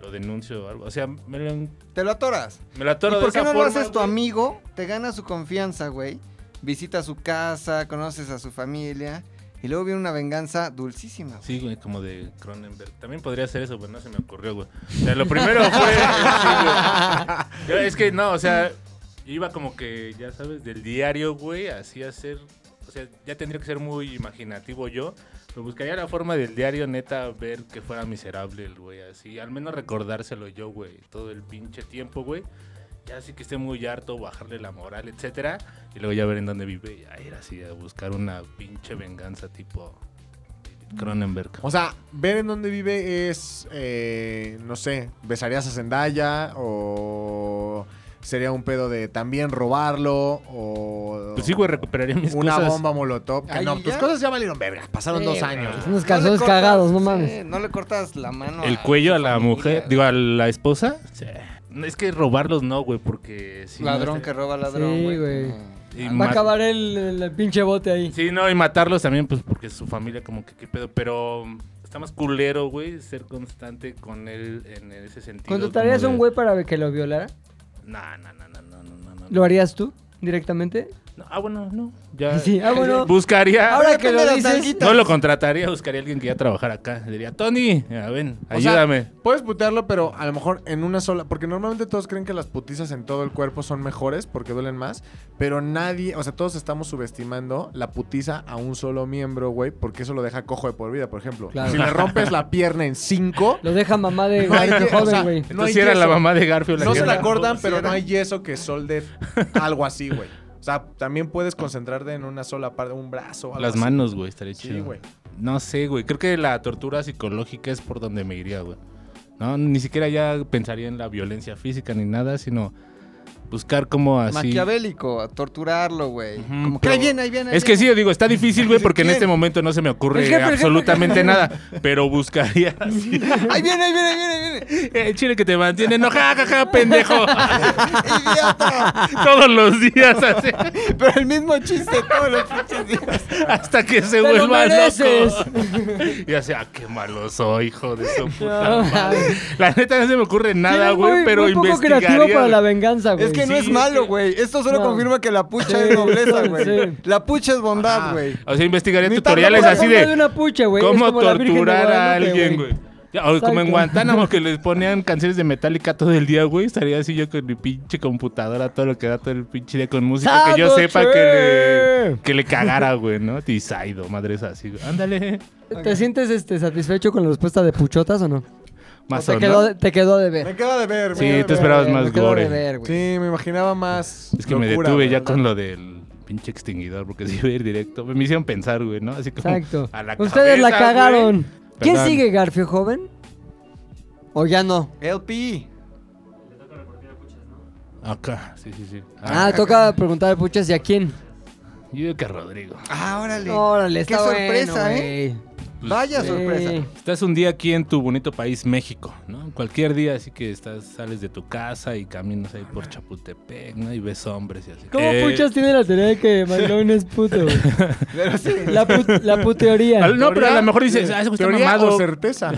Speaker 3: lo denuncio o algo. O sea, me lo, me
Speaker 4: Te lo atoras.
Speaker 3: lo
Speaker 4: ¿Y
Speaker 3: atoro de
Speaker 4: por qué
Speaker 3: esa
Speaker 4: no lo
Speaker 3: forma,
Speaker 4: haces tu
Speaker 3: güey.
Speaker 4: amigo? Te gana su confianza, güey. Visita su casa, conoces a su familia. Y luego viene una venganza dulcísima. güey.
Speaker 3: Sí, güey, como de Cronenberg. También podría ser eso, pero no se me ocurrió, güey. O sea, lo primero fue. sí, güey. Yo, es que no, o sea, iba como que, ya sabes, del diario, güey, así a ser. O sea, ya tendría que ser muy imaginativo yo Pero buscaría la forma del diario, neta, ver que fuera miserable el güey, así. Al menos recordárselo yo, güey, todo el pinche tiempo, güey. Ya así que esté muy harto, bajarle la moral, etcétera. Y luego ya ver en dónde vive. Ya ir así a buscar una pinche venganza tipo David Cronenberg.
Speaker 2: O sea, ver en dónde vive es, eh, no sé, besarías a Zendaya o sería un pedo de también robarlo o...
Speaker 3: Pues sí, güey, recuperaría mis
Speaker 2: Una
Speaker 3: cosas.
Speaker 2: bomba molotov. que
Speaker 4: Ahí
Speaker 2: no,
Speaker 4: ya.
Speaker 2: tus cosas ya valieron verga. Pasaron
Speaker 4: Sí,
Speaker 2: dos
Speaker 4: güey.
Speaker 2: años.
Speaker 1: Unos calzones cagados, no mames.
Speaker 4: Sí, no le cortas la mano.
Speaker 3: El
Speaker 4: a
Speaker 3: cuello
Speaker 4: su
Speaker 3: a la
Speaker 4: familia,
Speaker 3: mujer,
Speaker 4: güey.
Speaker 3: digo, a la esposa. Sí. No, Es que robarlos no, güey, porque si no
Speaker 4: ladrón
Speaker 3: estaría-
Speaker 4: que roba ladrón,
Speaker 1: Sí,
Speaker 4: güey.
Speaker 1: güey.
Speaker 3: y
Speaker 1: Va
Speaker 3: ma-
Speaker 1: a acabar el, el pinche bote ahí.
Speaker 3: Sí, no, y matarlos también, pues porque su familia, como que qué pedo. Pero mm, está más culero, güey, ser constante con él en ese sentido.
Speaker 1: ¿Contratarías a
Speaker 3: como
Speaker 1: un
Speaker 3: de-
Speaker 1: güey para que lo violara?
Speaker 3: No, no, no, no, no, no, no, no.
Speaker 1: ¿Lo harías tú directamente?
Speaker 3: No, Ah, bueno, no. Ya.
Speaker 1: Sí, ah, bueno.
Speaker 3: Buscaría.
Speaker 1: Ahora que
Speaker 4: depende
Speaker 1: lo
Speaker 4: de las
Speaker 1: dices,
Speaker 4: nalguitas.
Speaker 3: No lo contrataría, buscaría a alguien que ya trabajara acá. Le diría, Tony, ya ven,
Speaker 2: O sea,
Speaker 3: ayúdame.
Speaker 2: puedes putearlo, pero a lo mejor en una sola. Porque normalmente todos creen que las putizas en todo el cuerpo son mejores porque duelen más. Pero nadie, o sea, todos estamos subestimando la putiza a un solo miembro, güey, porque eso lo deja cojo de por vida, por ejemplo.
Speaker 1: Claro.
Speaker 2: Si le rompes la pierna en cinco.
Speaker 1: Lo deja mamá de
Speaker 2: No hay
Speaker 1: Garfio
Speaker 2: que- o sea,
Speaker 1: joven, güey.
Speaker 2: No hay
Speaker 3: Entonces era la
Speaker 2: yeso.
Speaker 3: mamá de Garfield.
Speaker 2: No
Speaker 3: que
Speaker 2: se la
Speaker 3: era-
Speaker 2: cortan,
Speaker 3: Sí,
Speaker 2: pero
Speaker 3: era-
Speaker 2: no hay yeso que solde algo así, güey. O sea, también puedes concentrarte en una sola parte, un brazo. algo
Speaker 3: Las
Speaker 2: así.
Speaker 3: manos, güey, estaría
Speaker 2: Sí,
Speaker 3: chido.
Speaker 2: güey.
Speaker 3: No sé, güey. Creo que la tortura psicológica es por donde me iría, güey. No, ni siquiera ya pensaría en la violencia física ni nada, sino buscar como así.
Speaker 4: Maquiavélico, a torturarlo, güey.
Speaker 3: Ujú,
Speaker 4: Como que
Speaker 3: pero-
Speaker 4: ahí viene, ahí viene. ahí
Speaker 3: Es que sí,
Speaker 4: viene.
Speaker 3: yo digo, está difícil, güey, porque en este momento no se me ocurre
Speaker 1: El jefe, el jefe.
Speaker 3: absolutamente nada. Pero buscaría así.
Speaker 4: Ahí viene, ahí viene, ahí viene, ahí viene.
Speaker 3: El chile que te mantiene, no, ja, ja, ja, pendejo.
Speaker 4: Idiota.
Speaker 3: Todos los días, así,
Speaker 4: Pero el mismo chiste todos los pinches días.
Speaker 3: hasta que se
Speaker 1: lo
Speaker 3: vuelva
Speaker 1: mereces.
Speaker 3: loco. Y así, ah, qué malo soy, hijo de su puta
Speaker 1: No,
Speaker 3: madre.
Speaker 1: mames.
Speaker 3: La neta no se me ocurre nada,
Speaker 1: Eres
Speaker 3: güey,
Speaker 1: muy-
Speaker 3: pero
Speaker 1: muy poco creativo
Speaker 3: investigaría.
Speaker 1: para la venganza, güey.
Speaker 4: Es que no
Speaker 3: Sí,
Speaker 4: es
Speaker 3: es
Speaker 4: malo,
Speaker 3: que-
Speaker 4: güey. Esto solo
Speaker 1: No.
Speaker 4: confirma que la pucha
Speaker 1: Sí,
Speaker 4: es nobleza, güey.
Speaker 1: sí.
Speaker 4: La pucha es bondad,
Speaker 2: Ajá.
Speaker 4: güey.
Speaker 3: O sea, investigaría
Speaker 4: Ni
Speaker 3: tutoriales
Speaker 4: tampoco
Speaker 3: así
Speaker 1: Forma
Speaker 3: de
Speaker 1: una pucha, güey. Es
Speaker 3: cómo
Speaker 1: como la Virgen de
Speaker 3: torturar a
Speaker 1: Guadalupe,
Speaker 3: alguien, güey. Ya, O como en
Speaker 1: Exacto.
Speaker 3: Guantánamo que les ponían canciones de Metallica todo el día, güey. Estaría así yo con mi pinche computadora, todo lo que da todo el pinche día con música que yo
Speaker 1: ¡Sado,
Speaker 3: sepa
Speaker 1: che!
Speaker 3: que le, que le cagara, güey, ¿no? Tisaido, madres así, güey. Ándale.
Speaker 1: ¿Te sientes este, satisfecho con la respuesta de puchotas o no?
Speaker 3: Más
Speaker 1: ¿O
Speaker 3: o
Speaker 1: te, quedó,
Speaker 3: ¿no?
Speaker 1: de- te quedó de ver.
Speaker 2: Me queda de ver, me
Speaker 3: Sí,
Speaker 2: queda de
Speaker 3: tú
Speaker 2: ver.
Speaker 3: esperabas más
Speaker 1: Me quedó
Speaker 3: gore.
Speaker 1: de ver, güey.
Speaker 2: Sí, me imaginaba más.
Speaker 3: Es que me
Speaker 2: locura,
Speaker 3: detuve
Speaker 2: güey.
Speaker 3: ya con lo del pinche extinguidor, porque si iba a ir directo. Me hicieron pensar, güey, ¿no? Así como
Speaker 1: Exacto.
Speaker 3: a la
Speaker 1: Ustedes la
Speaker 3: cabeza, güey.
Speaker 1: cagaron. ¿Quién
Speaker 3: Perdón.
Speaker 1: sigue, Garfio joven? ¿O ya no?
Speaker 4: LP.
Speaker 3: Acá, sí, sí, sí.
Speaker 1: Ah,
Speaker 3: Ah,
Speaker 1: toca preguntar al puchas y a quién.
Speaker 3: Yo digo que a Rodrigo.
Speaker 4: Ah, órale.
Speaker 1: Órale,
Speaker 4: Qué
Speaker 1: está
Speaker 4: sorpresa,
Speaker 1: bueno,
Speaker 4: ¿eh?
Speaker 1: güey.
Speaker 4: Vaya
Speaker 1: Sí.
Speaker 4: sorpresa.
Speaker 3: Estás un día aquí en tu bonito país, México, ¿no? Cualquier día, así que estás, sales de tu casa y caminas ahí por Chapultepec, ¿no? Y ves hombres y así.
Speaker 1: ¿Cómo
Speaker 3: Eh,
Speaker 1: puchas tiene la teoría de que McLovin es puto, güey?
Speaker 4: Pero sí.
Speaker 1: La, put- la puteoría.
Speaker 3: al- No, pero a lo mejor dices, ah, ese güey está
Speaker 2: Teoría
Speaker 3: mamado.
Speaker 2: o certeza.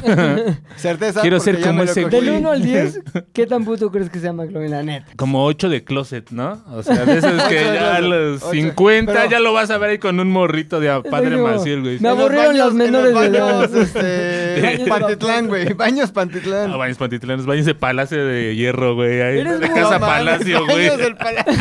Speaker 4: Certeza.
Speaker 3: Quiero
Speaker 4: porque
Speaker 3: ser
Speaker 4: ya
Speaker 3: como
Speaker 4: me lo
Speaker 3: ese
Speaker 4: cogí.
Speaker 1: Del 1 al 10, ¿qué tan puto crees que sea McLovin, la neta?
Speaker 3: Como ocho de closet, ¿no? O sea, de esos que
Speaker 4: Ocho de
Speaker 3: ya a
Speaker 4: closet,
Speaker 3: los
Speaker 4: ocho.
Speaker 3: 50
Speaker 4: Pero-
Speaker 3: ya lo vas a ver ahí con un morrito de a padre
Speaker 1: digo,
Speaker 3: Maciel, güey.
Speaker 1: Me
Speaker 4: En los
Speaker 1: aburrieron las
Speaker 4: baños- en
Speaker 1: menores de
Speaker 4: los
Speaker 1: edad.
Speaker 4: baños, este,
Speaker 1: Baños
Speaker 4: Pantitlán,
Speaker 1: de-
Speaker 4: güey. Baños Pantitlán.
Speaker 3: No, baños Pantitlán, baños de Palacio de Hierro, güey. Ahí,
Speaker 1: Eres
Speaker 3: de
Speaker 1: muy
Speaker 3: Casa
Speaker 4: No
Speaker 3: Palacio,
Speaker 4: mames,
Speaker 3: güey.
Speaker 4: Baños del Palacio.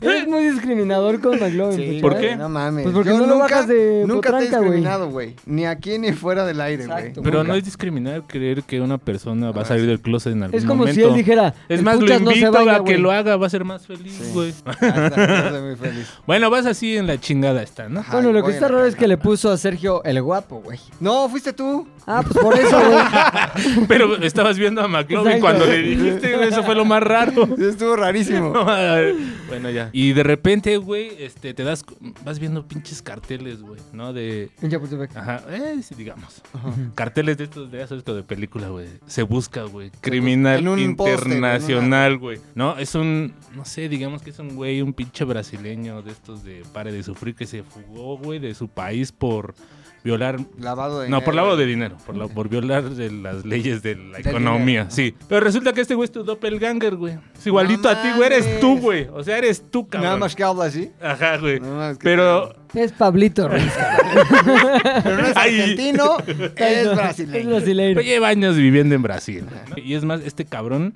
Speaker 1: Eres muy discriminador con McLovin.
Speaker 4: Sí,
Speaker 1: pucha,
Speaker 3: ¿Por
Speaker 1: ¿eh?
Speaker 3: qué?
Speaker 4: No mames.
Speaker 1: Pues porque
Speaker 4: Yo
Speaker 1: no lo bajas de
Speaker 4: Nunca te he
Speaker 1: potranca, güey.
Speaker 4: discriminado, güey. Ni aquí ni fuera del aire, güey.
Speaker 1: Exacto.
Speaker 3: Pero
Speaker 1: Nunca.
Speaker 3: no es discriminar creer que una persona va a salir del closet en algún
Speaker 1: Es como
Speaker 3: momento.
Speaker 1: si él dijera,
Speaker 3: Es
Speaker 1: "El
Speaker 3: más, lo
Speaker 1: puchas no se
Speaker 3: invito
Speaker 1: baña,
Speaker 3: a que
Speaker 1: güey".
Speaker 3: lo haga, va a ser más feliz, güey.
Speaker 4: Ah, está, estoy muy feliz.
Speaker 3: Bueno, vas así en la chingada esta, ¿no?
Speaker 4: Ajá.
Speaker 1: Bueno,
Speaker 4: Ay,
Speaker 1: lo que
Speaker 4: voy a
Speaker 1: está
Speaker 4: la
Speaker 1: raro es
Speaker 4: cama.
Speaker 1: que le puso a Sergio el guapo, güey.
Speaker 4: No, fuiste tú.
Speaker 1: Ah, pues por eso, güey.
Speaker 3: Pero estabas viendo a McLovin
Speaker 1: Exacto.
Speaker 3: cuando le dijiste, güey, eso fue lo más raro.
Speaker 4: Estuvo rarísimo.
Speaker 3: No, a ver, bueno, ya. Y de repente, güey, este, te das, cu- vas viendo pinches carteles, güey, ¿no? De,
Speaker 1: En Chapultepec.
Speaker 3: Ajá, eh, sí, digamos. Carteles de estos de ya sabes, como de película, güey. Se busca, güey. Criminal
Speaker 4: en un póster, güey, en una-
Speaker 3: internacional, güey. No, es un, no sé, digamos que es un güey, un pinche brasileño de estos de pare de sufrir que se fugó, güey, de su país por violar.
Speaker 4: Lavado de
Speaker 3: No, por
Speaker 4: dinero.
Speaker 3: lavado de dinero, por, la- por violar de las leyes de la
Speaker 4: Del
Speaker 3: economía,
Speaker 4: dinero.
Speaker 3: sí. Pero resulta que este güey es tu doppelganger, güey. Es igualito a ti, güey, eres
Speaker 4: mames.
Speaker 3: tú, güey. O sea, eres tú, cabrón.
Speaker 4: Nada más que habla así.
Speaker 3: Ajá, güey.
Speaker 4: No mames, qué
Speaker 3: Pero
Speaker 1: Es Pablito Ruiz.
Speaker 4: Pero no es
Speaker 3: Ay.
Speaker 4: argentino, es brasileño.
Speaker 1: Es brasileño.
Speaker 3: Pero lleva años viviendo en Brasil. ¿no? Y es más, este cabrón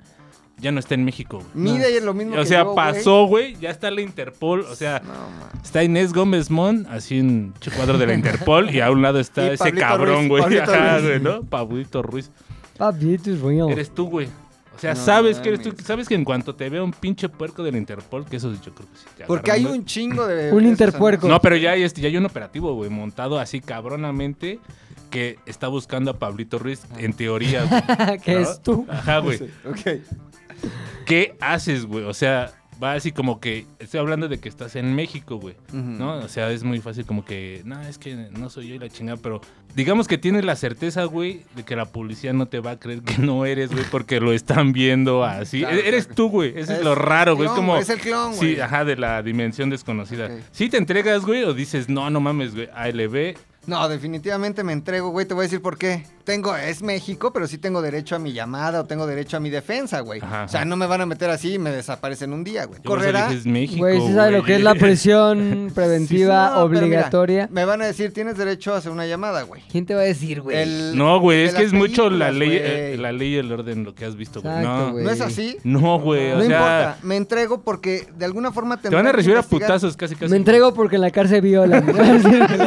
Speaker 3: ya no está en México, güey.
Speaker 4: Mide lo mismo
Speaker 3: O
Speaker 4: que
Speaker 3: sea,
Speaker 4: yo, güey.
Speaker 3: pasó, güey, ya está la Interpol, o sea,
Speaker 4: No, man.
Speaker 3: está Inés Gómez Mon, así en su cuadro de la Interpol, y a un lado está
Speaker 4: Y
Speaker 3: ese
Speaker 4: Pablito
Speaker 3: cabrón,
Speaker 4: Ruiz,
Speaker 3: güey.
Speaker 4: Pablito
Speaker 3: Ajá,
Speaker 4: Ruiz.
Speaker 3: güey, ¿no? Pablito Ruiz.
Speaker 1: Papito, es bueno.
Speaker 3: Eres tú, güey. O sea,
Speaker 4: No
Speaker 3: sabes que eres tú.
Speaker 4: mames.
Speaker 3: Sabes que en cuanto te vea un pinche puerco del Interpol, que eso yo creo que sí. te
Speaker 4: Porque hay
Speaker 3: agarran,
Speaker 4: un chingo de.
Speaker 1: Un
Speaker 4: esos
Speaker 1: interpuerco.
Speaker 3: güey. No, pero ya hay, este, ya hay un operativo, güey, montado así cabronamente que está buscando a Pablito Ruiz,
Speaker 4: Ah.
Speaker 3: en teoría, güey.
Speaker 1: que
Speaker 3: ¿no?
Speaker 1: es tú.
Speaker 3: Ajá, güey.
Speaker 4: Ok.
Speaker 3: ¿Qué haces, güey? O sea, va así como que. Estoy hablando de que estás en México, güey.
Speaker 4: Ujú.
Speaker 3: ¿No? O sea, es muy fácil como que. No, es que no soy yo y la chingada, pero. Digamos que tienes la certeza, güey, de que la policía no te va a creer que no eres, güey, porque lo están viendo así.
Speaker 4: Claro,
Speaker 3: E- eres
Speaker 4: claro.
Speaker 3: tú, güey. Eso es,
Speaker 4: Es
Speaker 3: lo raro, güey. Es
Speaker 4: clon,
Speaker 3: como.
Speaker 4: güey, es el clon,
Speaker 3: Sí,
Speaker 4: güey.
Speaker 3: ajá, de la dimensión desconocida.
Speaker 4: Ok.
Speaker 3: Sí, te entregas, güey, o dices, no, no mames, güey, ALB.
Speaker 4: No, definitivamente me entrego, güey. Te voy a decir por qué. Tengo, es México, pero sí tengo derecho a mi llamada o tengo derecho a mi defensa, güey.
Speaker 3: Ajá,
Speaker 4: O sea,
Speaker 3: ajá.
Speaker 4: no me van a meter así y me desaparecen un día, güey.
Speaker 3: Yo por eso
Speaker 4: Correrá.
Speaker 3: dije, es México.
Speaker 1: Güey, ¿sí sabes lo que es la
Speaker 3: güey.
Speaker 1: presión preventiva
Speaker 4: Sí, sí, no, pero mira,
Speaker 1: obligatoria?
Speaker 4: me van a decir, tienes derecho a hacer una llamada, güey.
Speaker 1: ¿Quién te va a decir, güey?
Speaker 4: El-
Speaker 3: No, güey,
Speaker 4: de
Speaker 3: es que
Speaker 4: las
Speaker 3: es mucho la
Speaker 4: películas,
Speaker 3: ley,
Speaker 4: güey.
Speaker 3: eh, la ley y el orden, lo que has visto, güey.
Speaker 1: Exacto,
Speaker 3: No,
Speaker 1: güey.
Speaker 4: ¿No es así?
Speaker 3: no, güey, o
Speaker 4: no
Speaker 3: sea,
Speaker 4: importa, me entrego porque de alguna forma
Speaker 3: te van a
Speaker 4: tendrán que
Speaker 3: recibir a
Speaker 4: investigar.
Speaker 3: putazos casi, casi.
Speaker 1: Me entrego porque en la cárcel violan.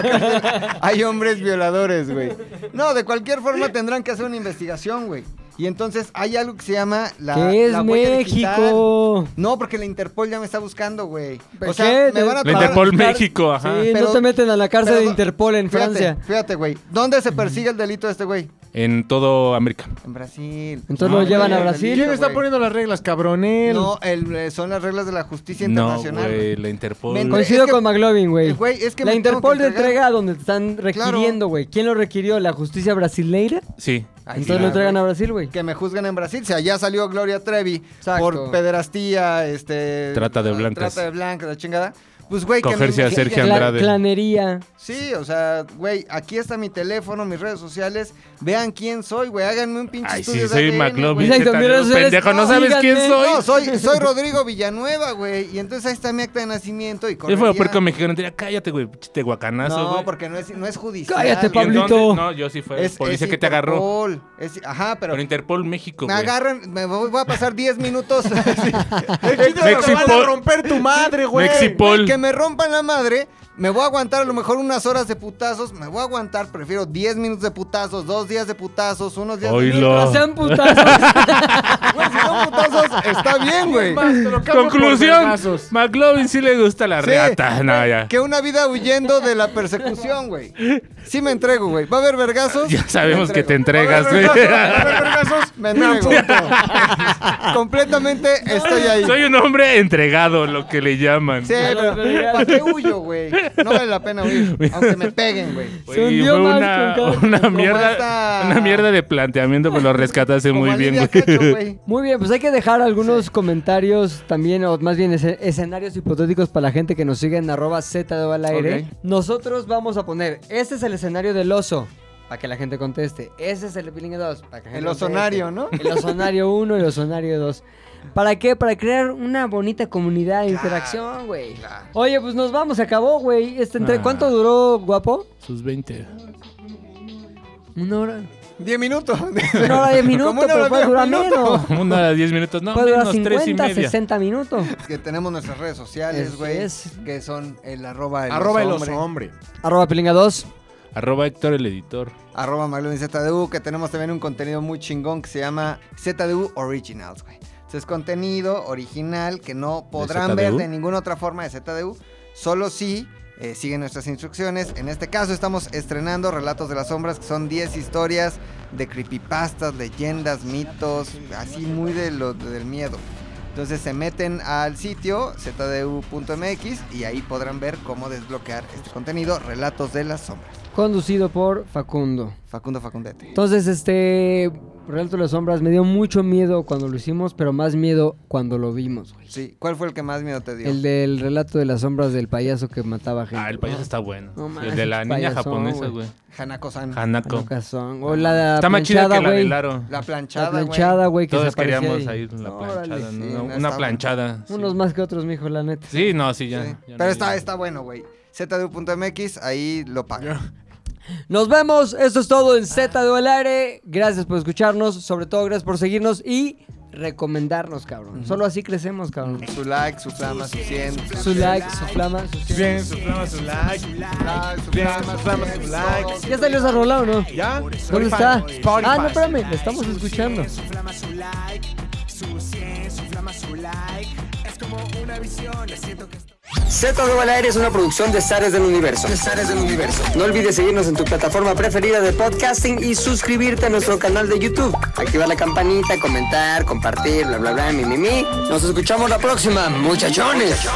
Speaker 4: Hay hombres violadores, güey. No, de cualquier forma tendrán que hacer una investigación, güey. Y entonces hay algo que se llama la.
Speaker 1: que es
Speaker 4: la huella digital.
Speaker 1: México.
Speaker 4: No, porque la Interpol ya me está buscando, güey.
Speaker 1: ¿Pero
Speaker 4: O sea,
Speaker 1: qué?
Speaker 4: me van a
Speaker 3: La
Speaker 4: tomar-
Speaker 3: Interpol México, ajá.
Speaker 1: Sí,
Speaker 4: Pero-
Speaker 1: no te meten a la cárcel
Speaker 4: pero-
Speaker 1: de Interpol en
Speaker 4: Fíjate,
Speaker 1: Francia.
Speaker 4: Fíjate, güey. ¿Dónde se persigue el delito de este güey?
Speaker 3: En todo América.
Speaker 4: En Brasil.
Speaker 1: Entonces
Speaker 3: No,
Speaker 1: lo llevan a
Speaker 4: güey,
Speaker 1: Brasil.
Speaker 4: ¿quién
Speaker 2: ¿Quién está
Speaker 4: güey.
Speaker 2: poniendo las reglas, cabronel?
Speaker 4: No, el- eh, son las reglas de la justicia
Speaker 3: No,
Speaker 4: internacional.
Speaker 3: güey,
Speaker 4: güey.
Speaker 3: la Interpol.
Speaker 4: Me entre-
Speaker 1: Coincido
Speaker 4: Es que-
Speaker 1: con McLovin, güey.
Speaker 4: Eh, güey, es que
Speaker 1: la
Speaker 4: me tengo
Speaker 1: Interpol
Speaker 4: que
Speaker 1: te
Speaker 4: entregar.
Speaker 1: entrega donde te están requiriendo, güey. ¿Quién lo requirió? ¿La justicia brasileira?
Speaker 3: Sí.
Speaker 4: Ay,
Speaker 1: Entonces
Speaker 4: sí,
Speaker 1: lo
Speaker 4: ah,
Speaker 1: entregan
Speaker 4: güey.
Speaker 1: a Brasil, güey.
Speaker 4: Que me juzgan en Brasil. Si allá salió Gloria Trevi
Speaker 1: Exacto.
Speaker 4: por pederastía, este.
Speaker 3: Trata de blancas.
Speaker 4: Trata de blancas, la chingada. Pues, güey, que me
Speaker 3: Cogerse a
Speaker 4: investiguen.
Speaker 3: Sergio
Speaker 1: Cla-
Speaker 3: Andrade.
Speaker 1: Clanería.
Speaker 4: Sí, o sea, güey, aquí está mi teléfono, mis redes sociales. Vean quién soy, güey. Háganme un pinche
Speaker 3: Ay, sí,
Speaker 4: estudio de
Speaker 3: soy
Speaker 4: ADN,
Speaker 3: McLovin.
Speaker 4: güey.
Speaker 1: Exacto,
Speaker 3: ¿qué tal?
Speaker 1: mira, eso eres-
Speaker 3: Pendejo, no
Speaker 1: no,
Speaker 3: sabes quién
Speaker 1: díganme.
Speaker 3: soy.
Speaker 4: No, soy, soy Rodrigo Villanueva, güey. Y entonces ahí está mi acta de nacimiento y
Speaker 3: Yo
Speaker 4: correría.
Speaker 3: fui a Puerto Mexicano y te diría, cállate, güey, pinche tehuacanazo,
Speaker 4: No,
Speaker 3: güey.
Speaker 4: porque no es, no es judicial.
Speaker 1: Cállate,
Speaker 4: güey.
Speaker 3: ¿Y en dónde?
Speaker 1: Pablito.
Speaker 3: No, yo sí fue
Speaker 4: Es-
Speaker 3: policía
Speaker 4: es
Speaker 3: que te agarró.
Speaker 4: Interpol, es- ajá, pero...
Speaker 3: Pero Interpol México,
Speaker 4: Me
Speaker 3: güey.
Speaker 4: agarran, me voy, voy a pasar 10 minutos. así,
Speaker 2: El chiste es que te van
Speaker 3: Mexipol.
Speaker 2: a romper tu madre, güey.
Speaker 3: Mexipol. Paul.
Speaker 4: que me rompan la madre. Me voy a aguantar a lo mejor unas horas de putazos. Me voy a aguantar, prefiero 10 minutos de putazos, dos días de putazos, unos días de
Speaker 3: Oílo.
Speaker 1: No sean putazos.
Speaker 4: Güey, si son putazos, está bien, güey.
Speaker 3: Conclusión. McLovin sí le gusta la
Speaker 4: Sí,
Speaker 3: reata. No, ya.
Speaker 4: Que una vida huyendo de la persecución, güey. Sí me entrego, güey. ¿Va a haber vergazos?
Speaker 3: Ya sabemos
Speaker 4: Me
Speaker 3: que te
Speaker 4: entrego.
Speaker 3: entregas,
Speaker 2: güey.
Speaker 3: güey.
Speaker 4: Me entrego. Completamente estoy ahí.
Speaker 3: Soy un hombre entregado, lo que le llaman.
Speaker 4: Sí,
Speaker 1: A los
Speaker 4: pero
Speaker 1: vergazos.
Speaker 4: ¿para qué huyo, güey? No vale la pena huir. Aunque me peguen, güey.
Speaker 3: Güey,
Speaker 1: Se hundió
Speaker 3: fue
Speaker 1: más
Speaker 3: una,
Speaker 1: con cada-
Speaker 3: una
Speaker 4: como
Speaker 3: mierda,
Speaker 4: esta-
Speaker 3: una mierda de planteamiento, pero lo rescataste
Speaker 4: Como
Speaker 3: muy
Speaker 4: a
Speaker 3: bien,
Speaker 4: Lidia
Speaker 3: güey.
Speaker 4: Cacho, güey.
Speaker 1: Muy bien, pues hay que dejar algunos comentarios también, o más bien esce- escenarios hipotéticos para la gente que nos sigue en arroba Z de O al aire.
Speaker 4: Ok.
Speaker 1: Nosotros vamos a poner, este es el escenario del oso, para que la gente conteste. Este es el de Pilingue 2, para que la gente
Speaker 4: El
Speaker 1: conteste.
Speaker 4: ozonario, ¿no?
Speaker 1: El ozonario 1 y el ozonario 2. ¿Para qué? Para crear una bonita comunidad de interacción, güey. Oye, pues nos vamos, se acabó, güey. Este entre...
Speaker 3: Ah.
Speaker 1: ¿Cuánto duró, guapo?
Speaker 3: Sus 20.
Speaker 1: Una hora.
Speaker 4: Diez minutos.
Speaker 1: Una hora de minutos,
Speaker 4: Como una
Speaker 1: pero
Speaker 4: hora,
Speaker 1: puede
Speaker 4: diez
Speaker 1: durar
Speaker 4: minutos.
Speaker 1: menos.
Speaker 3: Como una hora 10 minutos, no,
Speaker 1: Puede durar
Speaker 3: menos 3 y
Speaker 1: 50,
Speaker 3: media.
Speaker 1: 60 minutos.
Speaker 4: Que tenemos nuestras redes
Speaker 1: Así
Speaker 4: sociales, güey.
Speaker 1: es.
Speaker 4: Que son el arroba el
Speaker 2: Arroba el
Speaker 4: oso
Speaker 2: oso,
Speaker 4: hombre.
Speaker 2: hombre.
Speaker 1: Arroba Pilinga 2.
Speaker 3: Arroba Héctor el editor.
Speaker 4: arroba Maglón y ZDU, que tenemos también un contenido muy chingón que se llama ZDU Originals, güey. Entonces, es contenido original que no podrán
Speaker 3: ZDU?
Speaker 4: ver de ninguna otra forma de ZDU, solo si eh, siguen nuestras instrucciones. En este caso estamos estrenando Relatos de las Sombras, que son 10 historias de creepypastas, leyendas, mitos, así muy de lo, del miedo. Entonces se meten al sitio zdu.mx y ahí podrán ver cómo desbloquear este contenido, Relatos de las Sombras.
Speaker 1: conducido por Facundo.
Speaker 4: Facundo Facundete.
Speaker 1: Entonces, este Relato de las Sombras me dio mucho miedo cuando lo hicimos, pero más miedo cuando lo vimos, güey.
Speaker 4: Sí, ¿cuál fue el que más miedo te dio?
Speaker 1: El del relato de las sombras del payaso que mataba gente.
Speaker 3: Ah, el payaso está bueno.
Speaker 1: No
Speaker 3: el de la
Speaker 1: manches,
Speaker 3: niña
Speaker 1: payasón,
Speaker 3: japonesa,
Speaker 1: güey.
Speaker 3: güey.
Speaker 4: Hanako-san.
Speaker 1: Ah, no,
Speaker 3: Hanako.
Speaker 1: cazón. O la
Speaker 3: Está más chida
Speaker 1: planchada,
Speaker 3: que la
Speaker 1: güey.
Speaker 3: del aro.
Speaker 4: La
Speaker 1: La
Speaker 4: planchada, güey.
Speaker 1: planchada, güey, que
Speaker 3: Todos
Speaker 1: se aparecía
Speaker 3: queríamos
Speaker 1: ahí.
Speaker 3: ir a la
Speaker 1: Órale,
Speaker 3: planchada.
Speaker 4: sí,
Speaker 3: ¿no?
Speaker 4: no está
Speaker 3: una
Speaker 4: bueno.
Speaker 3: planchada. sí.
Speaker 1: Unos más que otros, mijo, la neta.
Speaker 3: Sí, no, sí,
Speaker 4: Sí.
Speaker 3: ya. ya
Speaker 4: Pero
Speaker 3: no
Speaker 4: está,
Speaker 3: hay-
Speaker 4: está bueno, güey. ZDU.mx, ahí lo paga.
Speaker 1: Nos vemos. Esto es todo en Z de Gracias por escucharnos. Sobre todo, gracias por seguirnos. Y
Speaker 5: recomendarnos, cabrón. Solo así crecemos, cabrón.
Speaker 4: Su like, su flama, su 100.
Speaker 5: Su like, su flama, su
Speaker 2: Bien, su flama, su like.
Speaker 4: like, su
Speaker 2: Bien,
Speaker 4: flama,
Speaker 2: su
Speaker 4: su
Speaker 2: flama,
Speaker 4: cien.
Speaker 2: su like.
Speaker 5: ¿Ya salió esa rola o no?
Speaker 2: ¿Ya?
Speaker 5: ¿Dónde
Speaker 2: Spotify.
Speaker 5: está?
Speaker 2: Spotify.
Speaker 5: Ah, no, espérame, la estamos escuchando.
Speaker 6: Su flama, su like, su 100, su flama, su like. Es como una visión, siento que estoy...
Speaker 1: Z2 al aire es una producción de Zares del Universo. del Universo. No olvides seguirnos en tu plataforma preferida de podcasting y suscribirte a nuestro canal de YouTube. Activar la campanita, comentar, compartir, bla, bla, bla, mi, mi, mi. Nos escuchamos la próxima, muchachones.